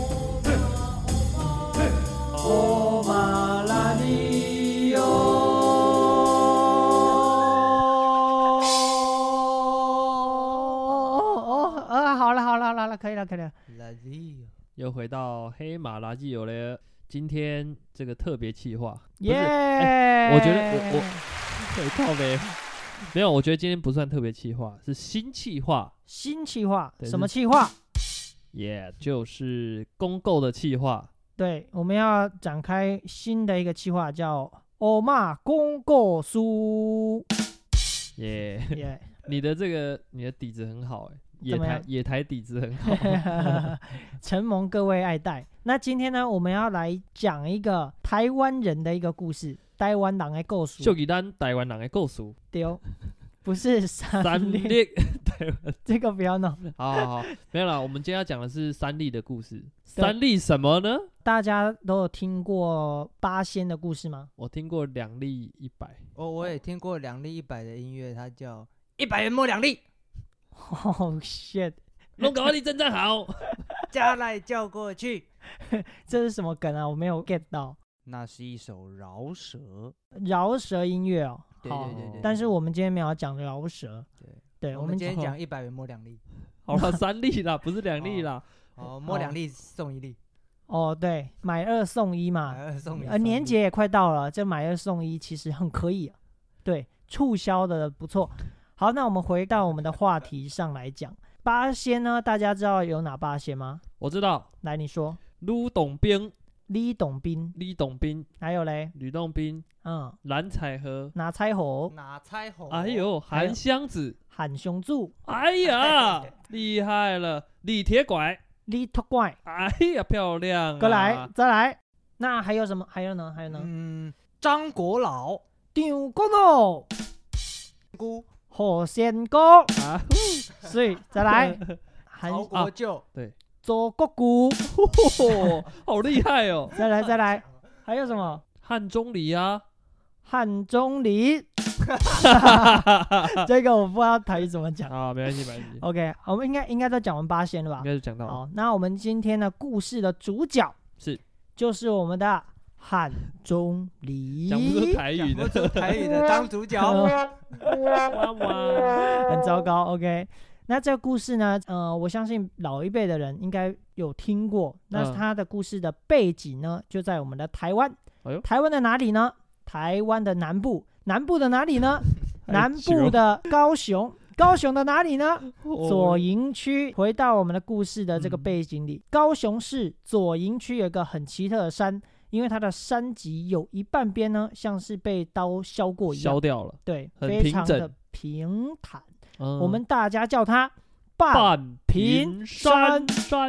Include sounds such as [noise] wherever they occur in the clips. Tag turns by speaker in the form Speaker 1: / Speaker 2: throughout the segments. Speaker 1: 哦哦啊，好了好了好了好了，可以了可以了。
Speaker 2: 来力
Speaker 3: 又回到黑马拉基有了今天这个特别企划，不是哎
Speaker 1: 耶、
Speaker 3: 我觉得我可以靠呗。没有，我觉得今天不算特别企划，是新企划，
Speaker 1: 新企划
Speaker 3: 对
Speaker 1: 什么
Speaker 3: 是
Speaker 1: 企划？
Speaker 3: 也、就是公购的企划。
Speaker 1: 对，我们要展开新的一个企划，叫“欧骂公购
Speaker 3: [laughs]
Speaker 1: 书
Speaker 3: 耶、”。 [laughs]
Speaker 1: 耶， [laughs]
Speaker 3: 你的这个你的底子很好哎、野
Speaker 1: 怎么
Speaker 3: 台
Speaker 1: 样
Speaker 3: 野台底
Speaker 1: [laughs]
Speaker 3: 子很好。
Speaker 1: 承蒙各位爱戴。那今天呢，我们要来讲一个台湾人的一个故事，台湾人的故事。
Speaker 3: 就给咱台湾人的故事，
Speaker 1: 丢、哦，不是 [laughs] 三
Speaker 3: 三
Speaker 1: 立，
Speaker 3: 立 [laughs] 台湾，
Speaker 1: 这个不要弄。
Speaker 3: 好好好，没有啦，我们今天要讲的是三立的故事。
Speaker 1: 对
Speaker 3: 三立什么呢？
Speaker 1: 大家都有听过八仙的故事吗？
Speaker 3: 我听过两粒一百，
Speaker 2: 哦，我也听过两粒一百的音乐，它叫一百元摸两 [laughs] 粒，
Speaker 1: 哦、shit，
Speaker 3: 龙搞力真正好。
Speaker 2: 加来叫过去。
Speaker 1: [laughs] 这是什么梗啊？我没有 get 到。
Speaker 2: 那是一首饶舌，
Speaker 1: 饶舌音乐哦，
Speaker 2: 对
Speaker 1: 好
Speaker 2: 对对对
Speaker 1: 但是我们今天没有要讲饶舌，
Speaker 2: 对，
Speaker 1: 对，
Speaker 2: 我
Speaker 1: 们
Speaker 2: 们今天
Speaker 1: 哦
Speaker 2: 讲一百元摸两粒，
Speaker 3: 好了， [laughs] 三粒啦，不是两粒啦。
Speaker 2: 哦，摸两粒送一粒，
Speaker 1: 哦，对，买二送一嘛，
Speaker 2: 买二送一。
Speaker 1: 呃，年节也快到了，这买二送一其实很可以、啊，对，促销的不错。好，那我们回到我们的话题上来讲，八仙呢，大家知道有哪八仙吗？
Speaker 3: 我知道，
Speaker 1: 来，你说，
Speaker 3: 卢董兵、
Speaker 1: 李董斌，
Speaker 3: 李董兵、
Speaker 1: 还有嘞，
Speaker 3: 吕洞宾、
Speaker 1: 嗯，
Speaker 3: 蓝采和，
Speaker 1: 拿猜猴，
Speaker 2: 拿彩虹，
Speaker 3: 哎，呦，
Speaker 1: 哦还有
Speaker 3: 韩湘子，
Speaker 1: 喊熊柱，
Speaker 3: 哎
Speaker 1: [laughs]
Speaker 3: 呀，厉害了，李铁拐，
Speaker 1: 李托怪，
Speaker 3: 哎呀，漂亮、啊，
Speaker 1: 过来，再来。那还有什么？还有呢？还有呢？
Speaker 2: 嗯，张国老
Speaker 1: 张国老、
Speaker 2: 姑，
Speaker 1: 何仙姑，
Speaker 3: 啊，
Speaker 1: 所以再来，韩啊
Speaker 2: 曹国 [laughs] 舅，
Speaker 1: 周国姑，
Speaker 3: [laughs] 嚯，好厉害哦，
Speaker 1: 再来再来，还有什么？
Speaker 3: 汉钟离
Speaker 1: [laughs]
Speaker 3: 啊，
Speaker 1: 汉钟离， [laughs] 这个我不知道台语怎么讲。
Speaker 3: 啊，没关系，没
Speaker 1: [laughs]
Speaker 3: 关系，
Speaker 1: OK，我们应该应该都讲完八仙了吧
Speaker 3: 应？该是讲到了
Speaker 1: 好，那我们今天的故事的主角
Speaker 3: 哦是
Speaker 1: 就是我们的汉钟离，
Speaker 3: 讲不出台语
Speaker 2: 讲不
Speaker 3: 的，
Speaker 2: 出台
Speaker 1: [laughs]
Speaker 2: 语的当主角，
Speaker 1: 嗯
Speaker 3: 哇哇，
Speaker 1: 很糟糕。OK，那这个故事呢，呃，我相信老一辈的人应该有听过。那
Speaker 3: 嗯
Speaker 1: 他的故事的背景呢，就在我们的台湾。
Speaker 3: 哎呦
Speaker 1: 台湾的哪里呢？台湾的南部，南部的哪里
Speaker 3: [laughs]
Speaker 1: 呢？
Speaker 3: 哎
Speaker 1: 南部
Speaker 3: 的
Speaker 1: 的高雄，高雄的哪里呢？
Speaker 3: [laughs]
Speaker 1: 左营区。回到我们的故事的这个
Speaker 3: 哦嗯
Speaker 1: 背景里，高雄市左营区有一个很奇特的山，因为它的山脊有一半边呢像是被刀削过一样
Speaker 3: 消，掉了，
Speaker 1: 对，
Speaker 3: 很
Speaker 1: 非
Speaker 3: 平
Speaker 1: 常的
Speaker 3: 整
Speaker 1: 平坦。
Speaker 3: 嗯
Speaker 1: 我们大家叫它半。
Speaker 3: 半屏山山，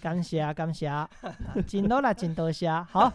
Speaker 1: 感谢感谢，啊 [laughs] 真多啦真多谢，好，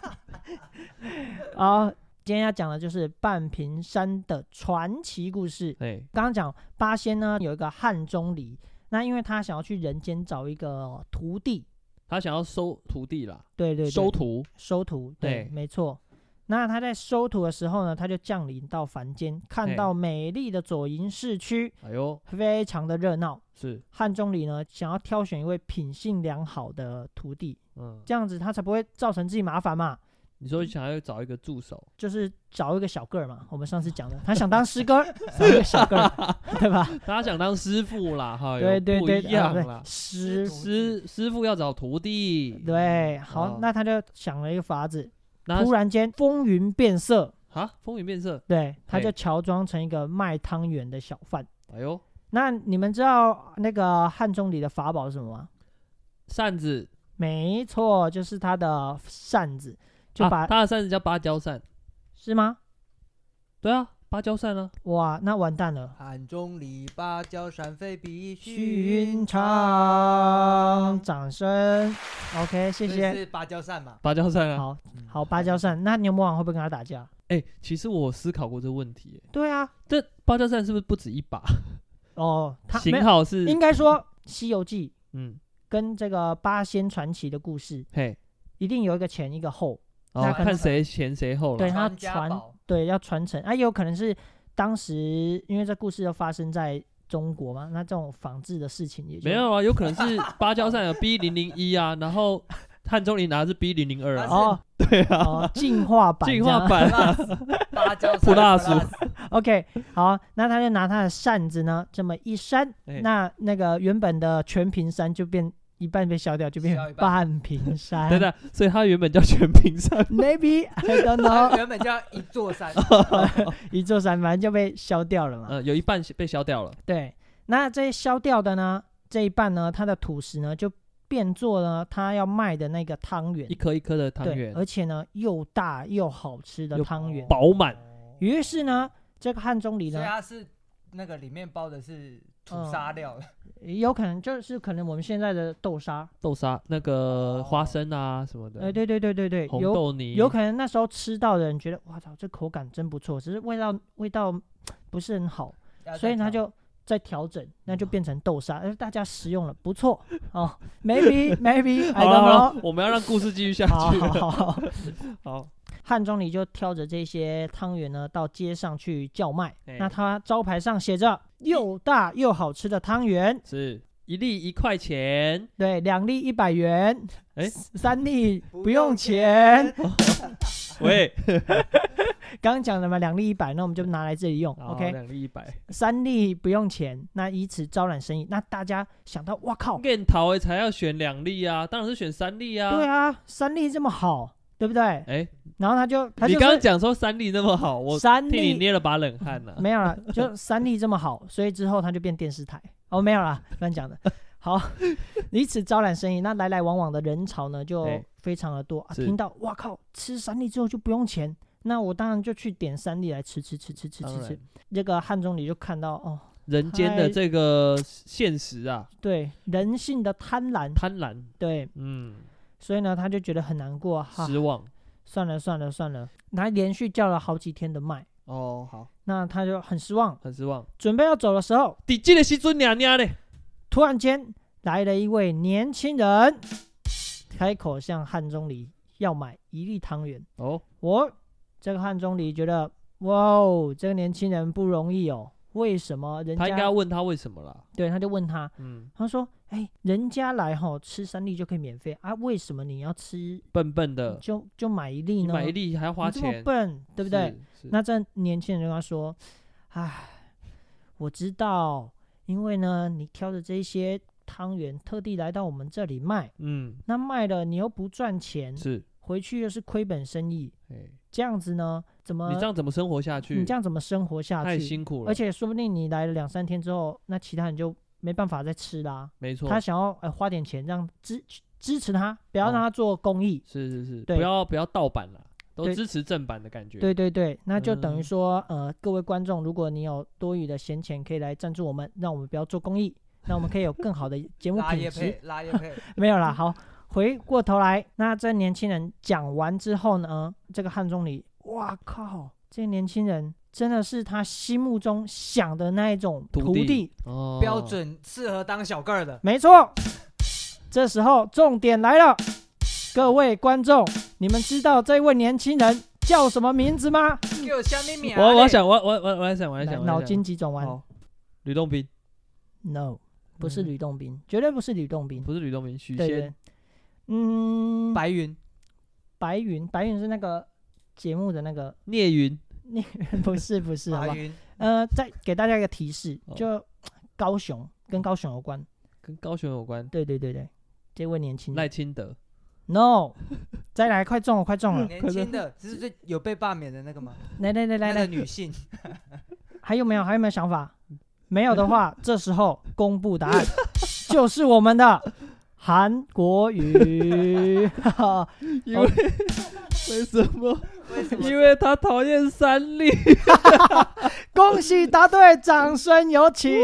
Speaker 1: [laughs] 好，今天要讲的就是半屏山的传奇故事。
Speaker 3: 哎，
Speaker 1: 刚刚讲八仙呢有一个汉钟离，那因为他想要去人间找一个徒弟，
Speaker 3: 他想要收徒弟啦，
Speaker 1: 对对对
Speaker 3: 收徒，
Speaker 1: 收徒，对，
Speaker 3: 对
Speaker 1: 没错。那他在收徒的时候呢，他就降临到凡间，看
Speaker 3: 嘿
Speaker 1: 到美丽的左营市区
Speaker 3: 哎呦，
Speaker 1: 非常的热闹。
Speaker 3: 是，
Speaker 1: 汉钟离呢，想要挑选一位品性良好的徒弟，
Speaker 3: 嗯，
Speaker 1: 这样子他才不会造成自己麻烦嘛。
Speaker 3: 你说想要找一个助手，
Speaker 1: 就是找一个小个儿嘛，我们上次讲的，他想当师哥，
Speaker 3: [laughs]
Speaker 1: 找一个小个儿，对吧？
Speaker 3: 他想当师傅啦， [laughs] 哈，
Speaker 1: 对
Speaker 3: 有
Speaker 1: 对对，
Speaker 3: 哎不一
Speaker 1: 啊
Speaker 3: 样
Speaker 1: 不对
Speaker 3: 啦，
Speaker 1: 师
Speaker 3: 师师傅要找徒弟，
Speaker 1: 对，好，
Speaker 3: 哦
Speaker 1: 那他就想了一个法子，
Speaker 3: 那
Speaker 1: 突然间风云变色，
Speaker 3: 啊，风云变色，
Speaker 1: 对，他就
Speaker 3: 嘿
Speaker 1: 乔装成一个卖汤圆的小贩。
Speaker 3: 哎呦，
Speaker 1: 那你们知道那个汉钟离的法宝是什么吗？
Speaker 3: 扇子，
Speaker 1: 没错，就是他的扇子，就
Speaker 3: 啊
Speaker 1: 把、
Speaker 3: 他的扇子叫芭蕉扇，
Speaker 1: 是吗？
Speaker 3: 对啊，芭蕉扇啊，
Speaker 1: 哇，那完蛋了。
Speaker 2: 汉中篱芭蕉扇飞比
Speaker 1: 寻
Speaker 2: 寻
Speaker 1: 常，
Speaker 2: 常。
Speaker 1: 掌声。OK，谢
Speaker 2: 所以
Speaker 1: 谢。
Speaker 2: 是芭蕉扇嘛？
Speaker 3: 芭蕉扇啊，
Speaker 1: 好
Speaker 2: 嗯
Speaker 1: 好，芭蕉扇。那牛魔王会不会跟他打架？
Speaker 3: 哎，其实我思考过这个问题，哎
Speaker 1: 对啊，
Speaker 3: 这芭蕉扇是不是不止一把？
Speaker 1: 哦，他没
Speaker 3: 型
Speaker 1: 有，
Speaker 3: 号是，
Speaker 1: 应该说《西游记》
Speaker 3: 嗯，
Speaker 1: 跟这个八仙传奇的故事，
Speaker 3: 嘿，
Speaker 1: 一定有一个前一个后，
Speaker 3: 哦
Speaker 1: 那，可能
Speaker 3: 看谁前谁后
Speaker 1: 对
Speaker 3: 了，
Speaker 1: 他
Speaker 2: 传家
Speaker 1: 传
Speaker 2: 宝
Speaker 1: 对要传承啊，也有可能是当时因为这故事又发生在中国嘛，那这种仿制的事情也就
Speaker 3: 没有啊，有可能是芭蕉扇有 B 零零一啊，然后汉钟离拿的是 B 零
Speaker 1: [laughs]
Speaker 3: 零二啊，
Speaker 1: 哦
Speaker 3: [laughs]
Speaker 1: 哦，对啊，哦、进化版 [laughs]
Speaker 3: 进
Speaker 1: 这样
Speaker 3: 化版啊，
Speaker 2: 芭蕉
Speaker 3: Plus
Speaker 2: 扇
Speaker 1: OK，好，那他就拿他的扇子呢，这么一扇，
Speaker 3: 哎
Speaker 1: 那那个原本的全屏山就变一半被消掉，就变
Speaker 2: 消一半
Speaker 1: 半屏山。
Speaker 3: [laughs] 等等，所以它原本叫全屏山
Speaker 1: Maybe I don't
Speaker 2: 然
Speaker 1: know，
Speaker 2: 原本叫一座山，
Speaker 1: 一座山反正就被消掉了嘛。
Speaker 3: 呃，有一半被消掉了。
Speaker 1: 对，那这些消掉的呢，这一半呢，它的土石呢就变做了他要卖的那个汤圆
Speaker 3: 一，颗一颗的汤
Speaker 1: 对，
Speaker 3: 圆，
Speaker 1: 而且呢又大又好吃的
Speaker 3: 又
Speaker 1: 汤圆。
Speaker 3: 饱满。
Speaker 1: 于哦是呢，这个汉中里
Speaker 2: 所以
Speaker 1: 呢，
Speaker 2: 它是啊那个里面包的是土沙料，
Speaker 1: 嗯有可能就是可能我们现在的豆沙，
Speaker 3: 豆沙、那个花生啊什么的，
Speaker 1: 哎、哦对对对对对，
Speaker 3: 红
Speaker 1: 有
Speaker 3: 豆泥，
Speaker 1: 有
Speaker 3: [laughs]
Speaker 1: 可能那时候吃到的人觉得，哇操，这口感真不错，只是味道味道不是很好，
Speaker 2: 要
Speaker 1: 所以
Speaker 2: 再
Speaker 1: 他
Speaker 2: 调
Speaker 1: 就在调整，那
Speaker 3: 嗯
Speaker 1: 就变成豆沙，而大家食用了，不错哦，maybe maybe I
Speaker 3: [laughs] 好了
Speaker 1: don't
Speaker 3: 好
Speaker 1: know
Speaker 3: 了，。我们要让故事继续下
Speaker 1: 好
Speaker 3: 去。
Speaker 1: 好好好，
Speaker 3: [laughs] 好，
Speaker 1: 汉中里就挑着这些汤圆呢，到街上去叫卖。
Speaker 3: 哎
Speaker 1: 那他招牌上写着“又大又好吃的汤圆
Speaker 3: 是一粒一块钱”，。
Speaker 1: 对，两粒一百元，
Speaker 3: 哎
Speaker 1: 三粒不
Speaker 2: 不
Speaker 1: 用
Speaker 2: 用
Speaker 1: 钱。
Speaker 3: 喂
Speaker 1: 刚刚讲的嘛，两粒一百，那我们就拿来这里用。
Speaker 3: 好
Speaker 1: OK，
Speaker 3: 两粒一百，
Speaker 1: 三粒不用钱，那以此招揽生意。那大家想到，哇靠，
Speaker 3: 给桃诶才要选两粒啊，当然是选三粒啊。
Speaker 1: 对啊，三粒这么好，对不对？
Speaker 3: 哎，
Speaker 1: 然后他就他
Speaker 3: 你
Speaker 1: 就
Speaker 3: 刚刚
Speaker 1: 说
Speaker 3: 讲说三粒那么好，我
Speaker 1: 三
Speaker 3: 替你
Speaker 1: 粒
Speaker 3: 捏了把冷汗 [laughs] 呢。
Speaker 1: 没有了，就三立这么好，所以之后他就变电视台。哦，没有
Speaker 3: [laughs]
Speaker 1: 啦，乱讲的。好，以此招揽生意，那来来往往的人潮呢就
Speaker 3: 哎
Speaker 1: 非常的多啊。
Speaker 3: 是
Speaker 1: 听到哇靠，吃三立之后就不用钱，那我当然就去点三立来吃吃吃吃吃
Speaker 3: 当
Speaker 1: 吃吃
Speaker 3: 然。，
Speaker 1: 这个汉中里就看到哦，
Speaker 3: 人间的
Speaker 1: 太
Speaker 3: 这个现实啊，
Speaker 1: 对人性的贪婪，
Speaker 3: 贪婪，
Speaker 1: 对，
Speaker 3: 嗯，
Speaker 1: 所以呢他就觉得很难过啊哈。
Speaker 3: 失望。
Speaker 1: 算了算了算了，他连续叫了好几天的卖，
Speaker 3: 哦，好，
Speaker 1: 那他就很失望。
Speaker 3: 很失望。
Speaker 1: 准备要走的时候，
Speaker 3: 你这个时阵娘娘嘞，
Speaker 1: 突然间来了一位年轻人，开口向汉钟离要买一粒汤圆。
Speaker 3: 哦，
Speaker 1: 我这个汉钟离觉得，哇哦，这个年轻人不容易哦。为什么人
Speaker 3: 他应该要
Speaker 1: 家
Speaker 3: 问他为什么啦。
Speaker 1: 对他就问他，
Speaker 3: 嗯，
Speaker 1: 他说：“哎，人家来吼、吃三粒就可以免费啊，为什么你要吃
Speaker 3: 笨笨的，
Speaker 1: 就就买一粒
Speaker 3: 你
Speaker 1: 呢？
Speaker 3: 买一粒还要花
Speaker 1: 你这么
Speaker 3: 钱，
Speaker 1: 笨，对不对？
Speaker 3: 是？是
Speaker 1: 那这年轻人就跟他说：“唉，我知道，因为呢，你挑的这些汤圆特地来到我们这里卖，
Speaker 3: 嗯，
Speaker 1: 那卖了你又不赚钱，
Speaker 3: 是，
Speaker 1: 回去又是亏本生意，
Speaker 3: 哎，
Speaker 1: 这样子呢，怎么
Speaker 3: 你这样怎么生活下去？
Speaker 1: 你这样怎么生活下
Speaker 3: 太
Speaker 1: 去？
Speaker 3: 辛苦了，
Speaker 1: 而且说不定你来了两三天之后，那其他人就没办法再吃啦。
Speaker 3: 没错，
Speaker 1: 他想要哎、呃花点钱让支支持他，不
Speaker 3: 哦
Speaker 1: 要让他做公益。
Speaker 3: 是是是，
Speaker 1: 对
Speaker 3: 不要不要盗版了，都
Speaker 1: 对
Speaker 3: 支持正版的感觉。
Speaker 1: 对对对，那就等于
Speaker 3: 嗯
Speaker 1: 说，呃，各位观众，如果你有多余的闲钱，可以来赞助我们，让我们不要做公益，那我们可以有更好的节目
Speaker 2: 拉
Speaker 1: 品
Speaker 2: 叶
Speaker 1: 质。哦
Speaker 2: 配，拉叶配，
Speaker 1: 没有啦，好，回过头来，那这年轻人讲完之后呢，这个汉中里，哇靠，这个年轻人真的是他心目中想的那一种徒
Speaker 3: 徒弟哦，
Speaker 2: 标准适合当小个儿的，
Speaker 1: 没错，这时候重点来了，各位观众，你们知道这位年轻人叫什么名字吗？
Speaker 2: 给我下面面。
Speaker 3: 我我想我我我我在想我在
Speaker 1: 来
Speaker 3: 想
Speaker 1: 脑筋急转弯
Speaker 3: 好，吕洞宾
Speaker 1: No，不是
Speaker 3: 嗯
Speaker 1: 吕洞宾，绝对不是吕洞宾。
Speaker 3: 不是吕洞宾，许
Speaker 1: 对
Speaker 3: 仙
Speaker 1: 对，嗯，白
Speaker 2: 白云
Speaker 1: 白云，白云是那个节目的那个，
Speaker 3: 聂云
Speaker 1: [laughs] 不是不是，好
Speaker 2: 白
Speaker 1: 吧？
Speaker 2: 云
Speaker 1: 呃，再给大家一个提示
Speaker 3: 哦，
Speaker 1: 就高雄跟高雄有关。
Speaker 3: 跟高雄有关，
Speaker 1: 对对对对，这位年轻人
Speaker 3: 赖清德
Speaker 1: No，再 [laughs] 来，快中了，快中了！
Speaker 2: 年轻的，这是最有被罢免的那个吗？
Speaker 1: 来来来来
Speaker 2: 那个
Speaker 1: 来，
Speaker 2: 女性，
Speaker 1: 还有没有？还有没有想法？没有的话，这时候公布答案， [laughs] 就是我们的韩国瑜。 [laughs] 哈哈
Speaker 3: 因
Speaker 1: 哦
Speaker 3: 为 [laughs] 为什么？
Speaker 2: 为什么？
Speaker 3: 因为他讨厌三立，
Speaker 1: 恭喜答对，掌声有请。 [laughs]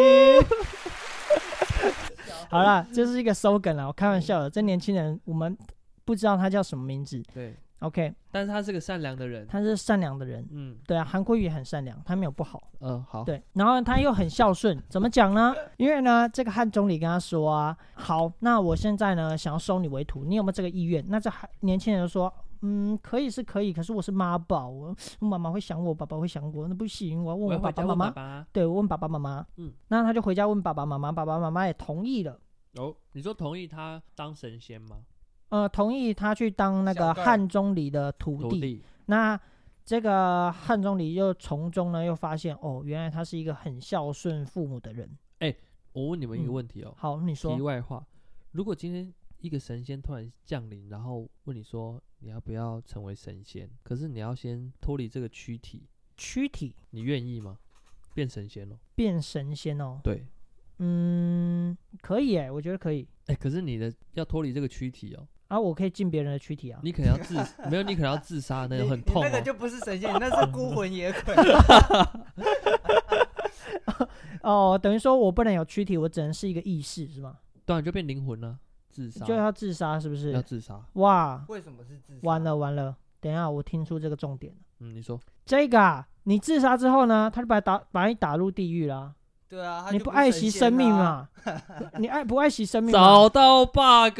Speaker 1: 好啦，这是一个收梗啦，我开玩笑的。这年轻人，我们不知道他叫什么名字。
Speaker 3: 对，
Speaker 1: OK，
Speaker 3: 但是他是个善良的人，
Speaker 1: 他是善良的人，
Speaker 3: 嗯
Speaker 1: 对啊，韩国瑜也很善良，他没有不好。
Speaker 3: 嗯好，
Speaker 1: 对，然后他又很孝顺，怎么讲呢？因为呢，这个汉总理跟他说啊，好，那我现在呢想要收你为徒，你有没有这个意愿？那这还年轻人就说，嗯，可以是可以，可是我是妈宝，我我妈妈会想我，爸爸会想我，那不行，我要问
Speaker 3: 我
Speaker 1: 我
Speaker 3: 要
Speaker 1: 爸
Speaker 3: 回
Speaker 1: 爸
Speaker 3: 家
Speaker 1: 妈
Speaker 3: 问
Speaker 1: 妈
Speaker 3: 爸。爸。
Speaker 1: 对，我问爸爸妈妈，嗯
Speaker 3: 嗯，
Speaker 1: 那他就回家问爸爸妈妈，爸爸妈妈也同意了，
Speaker 3: 哦，你说同意他当神仙吗？
Speaker 1: 呃，同意他去当那个
Speaker 2: 小盖儿
Speaker 1: 汉中里的徒弟。
Speaker 3: 徒弟，
Speaker 1: 那这个汉钟离又从中呢又发现，哦，原来他是一个很孝顺父母的人。
Speaker 3: 我问你们一个
Speaker 1: 嗯
Speaker 3: 问题哦，
Speaker 1: 好，你说
Speaker 3: 题，外话，如果今天一个神仙突然降临，然后问你说你要不要成为神仙，可是你要先脱离这个躯体，
Speaker 1: 躯体
Speaker 3: 你愿意吗？变神仙了？
Speaker 1: 变神仙哦，
Speaker 3: 对，
Speaker 1: 嗯，可以哎，我觉得可以
Speaker 3: 哎、可是你的要脱离这个躯体哦，
Speaker 1: 啊，我可以进别人的躯体啊。
Speaker 3: 你可能要自 [laughs] 没有，你可能要自杀 [laughs] 那种很痛
Speaker 2: 你
Speaker 3: 哦
Speaker 2: 那个。就不是
Speaker 1: [laughs]
Speaker 2: 神仙，你那是孤魂野鬼。
Speaker 1: 哦，等于说我不能有躯体，我只能是一个意识是吗？
Speaker 3: 当啊然就变灵魂了，自杀
Speaker 1: 就要自杀是不
Speaker 3: 要
Speaker 1: 是？
Speaker 3: 自杀。
Speaker 1: 哇，
Speaker 2: 为什么是自杀？
Speaker 1: 完了完了，等一下我听出这个重点了。
Speaker 3: 嗯，你说
Speaker 1: 这个啊，你自杀之后呢，他就把你打把你打入地狱啦。
Speaker 2: 对啊，他
Speaker 1: 你
Speaker 2: 就
Speaker 1: 不
Speaker 2: 不
Speaker 1: 爱惜生命啊
Speaker 2: 嘛？
Speaker 1: 嘛？你爱不爱惜生命嘛？
Speaker 3: 找到 bug，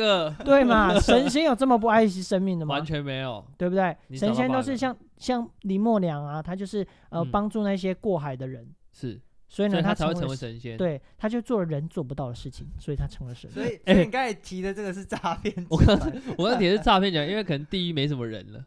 Speaker 1: 对嘛？神仙有这么不爱惜生命的吗
Speaker 3: 完？全没有。
Speaker 1: 对不对？
Speaker 3: 你找
Speaker 1: 神
Speaker 3: 到
Speaker 1: 仙都
Speaker 3: bug
Speaker 1: 是像像林默娘啊，她就是呃
Speaker 3: 嗯
Speaker 1: 帮助那些过海的人，
Speaker 3: 是，
Speaker 1: 所以
Speaker 3: 所
Speaker 1: 呢
Speaker 3: 以
Speaker 1: 她
Speaker 3: 才会成为
Speaker 1: 为
Speaker 3: 神仙。，
Speaker 1: 对，她就做了人做不到的事情，所以她成了
Speaker 3: [laughs]
Speaker 1: 神。
Speaker 2: 所以，
Speaker 3: 哎
Speaker 2: 所以你刚才提的这个是诈骗集团。
Speaker 3: 我刚我刚也是诈骗讲，因为可能地狱没什么人了，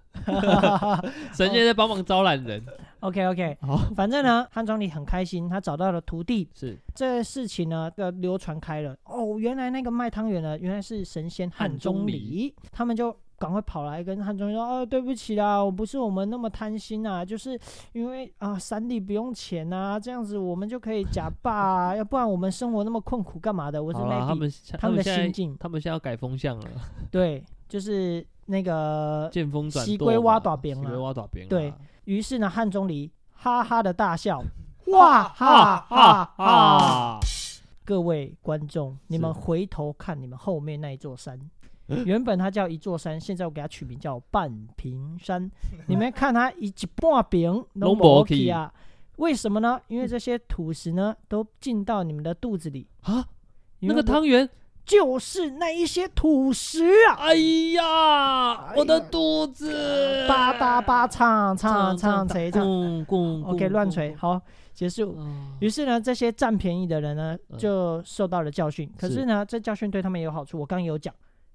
Speaker 1: [laughs]
Speaker 3: 神仙在帮忙招揽人。
Speaker 1: OK OK，
Speaker 3: 好，
Speaker 1: 反正呢，汉庄里很开心，他找到了徒弟，
Speaker 3: 是
Speaker 1: 这事情呢，这个流传开了。哦，原来那个卖汤圆的原来是神仙汉
Speaker 3: 汉钟
Speaker 1: 钟
Speaker 3: 离
Speaker 1: 离，他们就赶快跑来跟汉钟离说：“哦，对不起啦，我不是我们那么贪心啊，就是因为啊山里不用钱啊，这样子我们就可以假霸啊，要不然我们生活那么困苦干嘛的？我是
Speaker 3: 好啊啦，他
Speaker 1: maybe
Speaker 3: 们
Speaker 1: 他们的
Speaker 3: 们现
Speaker 1: 心
Speaker 3: 在
Speaker 1: 境，
Speaker 3: 他们现在要改风向了，
Speaker 1: 对，就是那个。
Speaker 3: 见风转舵嘛，
Speaker 1: 西归挖大饼
Speaker 3: 西
Speaker 1: 啦
Speaker 3: 归挖大饼啦，
Speaker 1: 对
Speaker 3: [laughs]
Speaker 1: 于是呢，汉钟离哈哈的大笑，哇哈
Speaker 3: 啊
Speaker 1: 哈
Speaker 3: 啊
Speaker 1: 哈！
Speaker 3: 啊！
Speaker 1: 各位观众，你们
Speaker 3: 是
Speaker 1: 回头看你们后面那一座 [laughs] 山，原本它叫一座山，现在我给它取名叫半屏 [laughs] 山。你们看它一一半屏
Speaker 3: 拢
Speaker 1: 没
Speaker 3: 没去
Speaker 1: 啊？为什么呢？因为这些土石呢，都进到你们的肚子里。
Speaker 3: 啊，
Speaker 1: 因
Speaker 3: 那
Speaker 1: 为
Speaker 3: 个汤圆，
Speaker 1: 就是那一些土石啊，
Speaker 3: 哎呀，我的肚子，
Speaker 1: 叭叭叭，唱唱呃唱，
Speaker 3: 捶
Speaker 1: 谁唱
Speaker 3: 滚滚
Speaker 1: ？OK，乱锤，。好，结束。
Speaker 3: 滚啊
Speaker 1: 于是呢，这些占便宜的人呢，
Speaker 3: 嗯
Speaker 1: 就受到了教训。可是呢，这教训对他们也有好处。我刚刚有讲，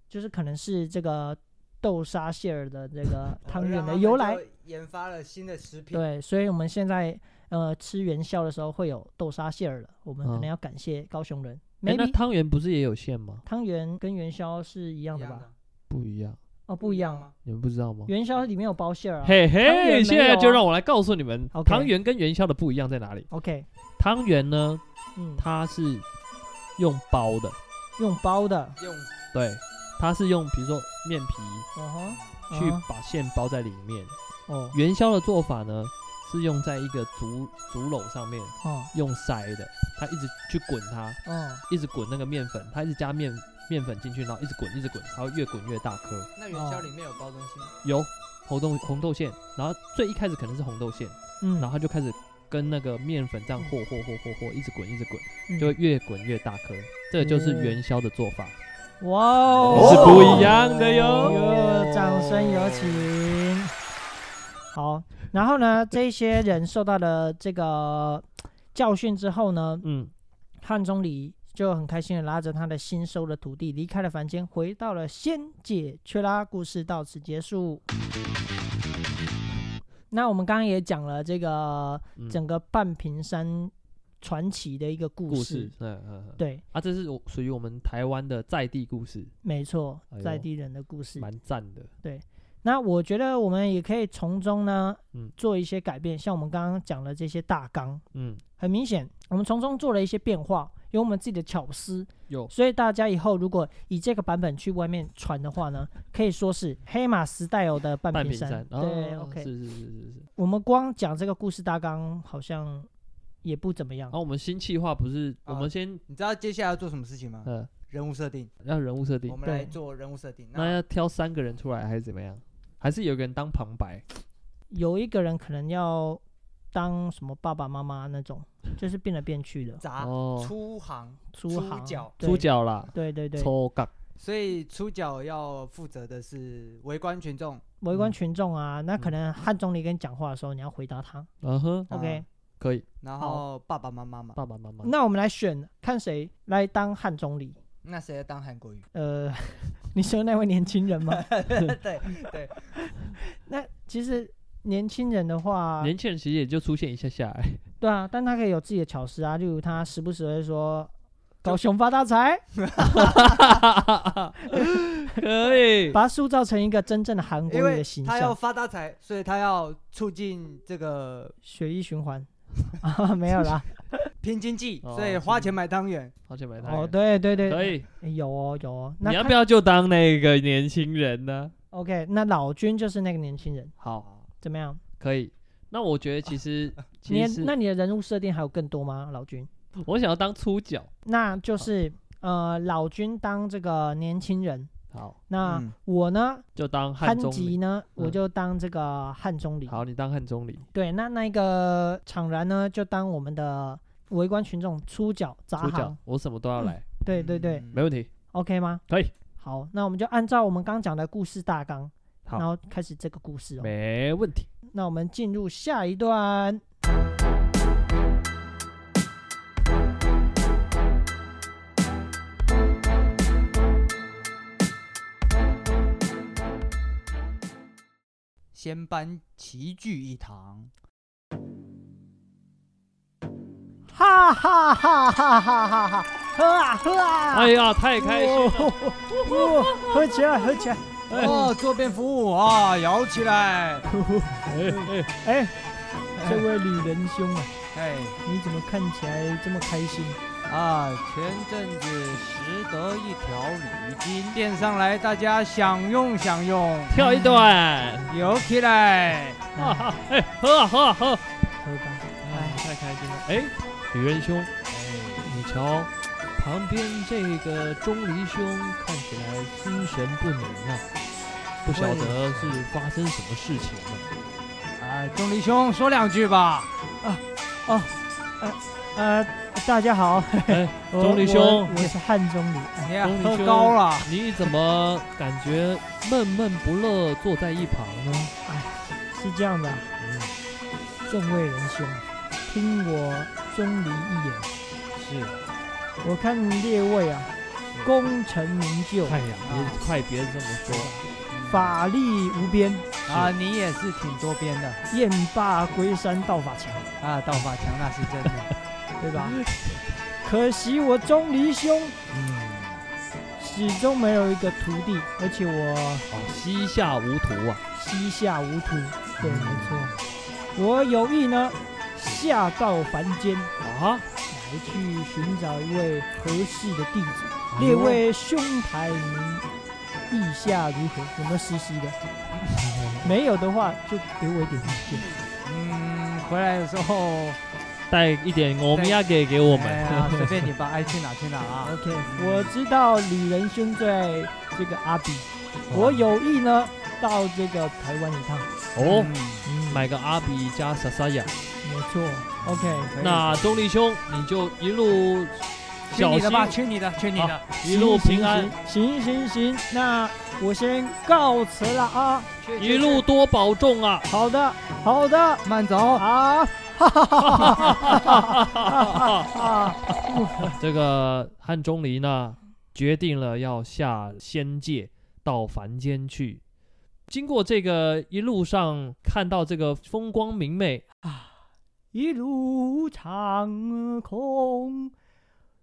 Speaker 1: 就是可能是这个豆沙馅儿的这个
Speaker 2: 哦
Speaker 1: 汤圆的由
Speaker 2: [laughs]
Speaker 1: 来。，
Speaker 2: 研发了新的食品。
Speaker 1: 对，所以我们现在呃吃元宵的时候会有豆沙馅儿的，我们可能
Speaker 3: 嗯
Speaker 1: 要感谢高雄人。
Speaker 3: 哎，那
Speaker 1: maybe
Speaker 3: 汤圆不是也有馅吗？
Speaker 1: 汤圆跟元宵是一样
Speaker 2: 一
Speaker 1: 的
Speaker 2: 样
Speaker 1: 吧？
Speaker 2: 的
Speaker 3: 不一样，
Speaker 1: 哦，不一样吗？
Speaker 2: 吗？
Speaker 3: 你们不知道吗？
Speaker 1: 元宵里面有包馅儿啊。
Speaker 3: 嘿
Speaker 1: 汤圆没有
Speaker 3: 嘿，
Speaker 1: 啊
Speaker 3: 现在就让我来告诉你们，
Speaker 1: OK
Speaker 3: 汤圆跟元宵的不一样在哪里。
Speaker 1: OK，
Speaker 3: 汤圆呢，
Speaker 1: 嗯，
Speaker 3: 它是用包的，
Speaker 1: 用包的，
Speaker 2: 用
Speaker 3: 对，它是用比如说面皮
Speaker 1: 嗯哼，
Speaker 3: 去
Speaker 1: 嗯
Speaker 3: 把馅包在里面。
Speaker 1: 哦
Speaker 3: 元宵的做法呢，是用在一个竹竹篓上面
Speaker 1: 哦
Speaker 3: 用筛的，它一直去滚它，
Speaker 1: 哦，
Speaker 3: 一直滚那个面粉，它一直加面面粉进去，然后一直滚一直滚，它会越滚越大颗。
Speaker 2: 那元宵里面有包东西吗？
Speaker 3: 有红豆红豆馅，然后最一开始可能是红豆馅，
Speaker 1: 嗯，
Speaker 3: 然后它就开始跟那个面粉这样和和和和和，一直滚一直滚，
Speaker 1: 嗯
Speaker 3: 就会越滚越大颗。这个就是元宵的做法。
Speaker 1: 哇哦，
Speaker 2: 是不一
Speaker 3: 样的哟
Speaker 1: 哟掌声有请。好，然后呢，这些人受到了这个教训之后呢，
Speaker 3: 嗯，
Speaker 1: 汉钟离就很开心的拉着他的新收的徒弟离开了凡间，回到了仙界。缺拉故事到此结束。那我们刚刚也讲了这个
Speaker 3: 嗯
Speaker 1: 整个半屏山传奇的一个故
Speaker 3: 故
Speaker 1: 事
Speaker 3: 事，嗯嗯，嗯
Speaker 1: 对，
Speaker 3: 啊，这是我属于我们台湾的在地故事，
Speaker 1: 没错
Speaker 3: 哎，呦
Speaker 1: 在地人的故事。
Speaker 3: 蛮赞的。
Speaker 1: 那我觉得我们也可以从中呢，
Speaker 3: 嗯
Speaker 1: 做一些改变，像我们刚刚讲的这些大纲，
Speaker 3: 嗯，
Speaker 1: 很明显，我们从中做了一些变化，有我们自己的巧思，
Speaker 3: 有
Speaker 1: 所以大家以后如果以这个版本去外面传的话呢，可以说是黑马时代有的半
Speaker 3: 半
Speaker 1: 屏
Speaker 3: 屏山，
Speaker 1: 对、
Speaker 3: 哦
Speaker 1: o k
Speaker 3: 是是是是是。
Speaker 1: 我们光讲这个故事大纲好像也不怎么样
Speaker 3: 然，后我们新企划不是，
Speaker 2: 啊
Speaker 3: 我们先
Speaker 2: 你知道接下来要做什么事情吗？
Speaker 3: 呃
Speaker 2: 人物设定，
Speaker 3: 要人物设定
Speaker 2: 我，们
Speaker 1: 嗯对
Speaker 2: 来做人物设定。
Speaker 3: 那
Speaker 2: 那
Speaker 3: 要挑三个人出来还是怎么样？还是有个人当旁白？
Speaker 1: 有一个人可能要当什么爸爸妈妈那种，就是变来变去的，
Speaker 2: 砸
Speaker 3: 哦，
Speaker 2: 啊出行，
Speaker 1: 出
Speaker 2: 出
Speaker 1: 行
Speaker 2: 角
Speaker 1: 对
Speaker 3: 出角啦，
Speaker 1: 对对对，
Speaker 3: 抽杠。
Speaker 2: 所以出角要负责的是围观群众。
Speaker 1: 围观
Speaker 3: 嗯
Speaker 1: 群众啊，那可
Speaker 3: 嗯
Speaker 1: 能汉钟离跟你讲话的时候，你要回答他。
Speaker 3: 嗯哼，
Speaker 2: 啊
Speaker 1: OK，
Speaker 3: 可以，
Speaker 2: 然
Speaker 1: 好
Speaker 2: 后爸爸妈妈嘛，
Speaker 3: 爸爸妈妈。
Speaker 1: 那我们来选，看谁来当汉钟离。
Speaker 2: 那谁来当韩
Speaker 1: [laughs]
Speaker 2: 国语？
Speaker 1: 呃，
Speaker 3: [laughs]
Speaker 1: 你说那位年轻人吗？
Speaker 2: 对对，
Speaker 1: 那其实年轻人的话，
Speaker 3: 年轻人其实也就出现一下下 [laughs] 来，
Speaker 1: 对啊，但他可以有自己的巧思啊，例如他时不时会说“高雄发大财
Speaker 3: 可”，以，
Speaker 1: 把它塑造成一个真正的韩国
Speaker 2: 因
Speaker 1: 语
Speaker 2: 为
Speaker 1: 的形
Speaker 2: 他要
Speaker 1: 象，
Speaker 2: 发大财，所以他要促进这个
Speaker 1: 血液循环 [laughs] 啊，没有
Speaker 3: [laughs]
Speaker 1: 啦。
Speaker 2: 拼经济，
Speaker 3: 哦
Speaker 2: 所以花钱买汤圆。
Speaker 3: 好久没
Speaker 1: 哦，
Speaker 3: 谈，
Speaker 1: 对对对，
Speaker 3: 可以，
Speaker 1: 诶有哦有哦。那
Speaker 3: 你要
Speaker 1: 看
Speaker 3: 不要就当那个年轻人啊呢？
Speaker 1: OK，那老君就是那个年轻人，
Speaker 3: 好，
Speaker 1: 怎么样？
Speaker 3: 可以。那我觉得其 [laughs] 实，
Speaker 1: 你
Speaker 3: 其
Speaker 1: 的
Speaker 3: 实
Speaker 1: 那你的人物设定还有更多吗？老君，
Speaker 3: 我想要当初角，
Speaker 1: 那就是呃，老君当这个年轻人，
Speaker 3: 好，
Speaker 1: 那
Speaker 2: 嗯
Speaker 1: 我呢，
Speaker 3: 就当汉
Speaker 1: 憨
Speaker 3: 钟
Speaker 1: 吉
Speaker 3: 离。
Speaker 1: 呢，我
Speaker 3: 嗯
Speaker 1: 就当这个汉钟离。
Speaker 3: 好，你当汉钟离，
Speaker 1: 对，那那个厂然呢，就当我们的围观群众出脚砸
Speaker 3: 初角
Speaker 1: 行。，
Speaker 3: 我什么都要来，
Speaker 1: 对对对、
Speaker 2: 嗯
Speaker 3: 没问题。
Speaker 1: o k 吗？
Speaker 3: 可以。
Speaker 1: 好，那我们就按照我们刚讲的故事大纲，然
Speaker 3: 好，
Speaker 1: 后开始这个故事哦。
Speaker 3: 没问题。
Speaker 1: 那我们进入下一段。
Speaker 2: 仙班齐聚一堂，
Speaker 1: 哈哈哈哈哈哈哈！喝啊喝啊！
Speaker 3: 哎呀，太开心了！
Speaker 1: 哦！哦喝起来喝起来！
Speaker 2: 哦，坐便服务啊，摇起来，
Speaker 3: 哎哎
Speaker 1: 哎，这位李仁兄啊，
Speaker 2: 哎
Speaker 1: 你怎么看起来这么开心？
Speaker 2: 啊，前阵子拾得一条鲤鱼精，垫上来，大家享用享用，
Speaker 3: 跳一段，
Speaker 2: 摇起来，
Speaker 3: 哈哈，哎，喝啊喝啊喝！
Speaker 1: 喝吧。
Speaker 3: 哎，太开心了。哎，吕仁兄，你瞧，旁边这个钟离兄看起来心神不宁啊，不晓得是发生什么事情了。
Speaker 2: 啊，钟离兄说两句吧。
Speaker 1: 呃，大家好， [laughs]
Speaker 3: 哎，
Speaker 1: 我
Speaker 3: 钟离兄
Speaker 1: 我我是汉钟离。
Speaker 2: 你也
Speaker 3: 钟离
Speaker 2: 喝
Speaker 3: 兄
Speaker 2: 高了，
Speaker 3: 你怎么感觉闷闷不乐坐在一旁呢？
Speaker 1: 是这样的啊，
Speaker 3: 嗯，
Speaker 1: 众位仁兄，啊听我钟离一言，
Speaker 3: 是，
Speaker 1: 我看列位啊，功成名就，
Speaker 3: 哎呀，别快别这么说，
Speaker 1: 法力无边，
Speaker 2: 啊，你也是挺多变的
Speaker 1: 雁罢归山道法强，
Speaker 2: 啊，道法强那是真的。
Speaker 1: 对吧？
Speaker 3: 嗯
Speaker 1: 可惜我钟离兄
Speaker 2: 嗯，
Speaker 1: 始终没有一个徒弟，而且我
Speaker 3: 哦，膝下无徒啊，
Speaker 1: 膝下无徒。对，没错，
Speaker 3: 嗯
Speaker 1: 我有意呢，下到凡间
Speaker 3: 啊，
Speaker 1: 来去寻找一位合适的弟子。
Speaker 3: 哎
Speaker 1: 列
Speaker 3: 呦，
Speaker 1: 位兄台，您意下如何？有没有实习
Speaker 3: [laughs]
Speaker 1: 的？没有的话，就给我一点意见。
Speaker 2: 嗯，回来的时候，
Speaker 3: 带一点欧米亚给给我
Speaker 2: 哎呀
Speaker 3: 们，
Speaker 2: 随便你吧，爱去哪去哪啊。
Speaker 1: OK，我知道李仁兄在这个阿比，
Speaker 3: 哦
Speaker 1: 我有意呢到这个台湾一趟。
Speaker 3: 哦，
Speaker 2: 嗯，
Speaker 1: 嗯，
Speaker 3: 买个阿比加莎莎雅。
Speaker 1: 没错。OK，
Speaker 2: 可以
Speaker 3: 那钟立兄，你就一路
Speaker 2: 去
Speaker 3: 小
Speaker 2: 你的
Speaker 3: 心，
Speaker 2: 吧，
Speaker 3: 啊
Speaker 2: 去你的，去你的。
Speaker 3: 一路平安，。
Speaker 1: 行行行，那我先告辞了啊。
Speaker 2: 去
Speaker 3: 一路多保重啊！
Speaker 1: 好的，好的，
Speaker 2: 慢走。
Speaker 1: 啊，
Speaker 3: 这个汉钟离呢，决定了要下仙界到凡间去。经过这个一路上看到这个风光明媚，
Speaker 1: 一路长空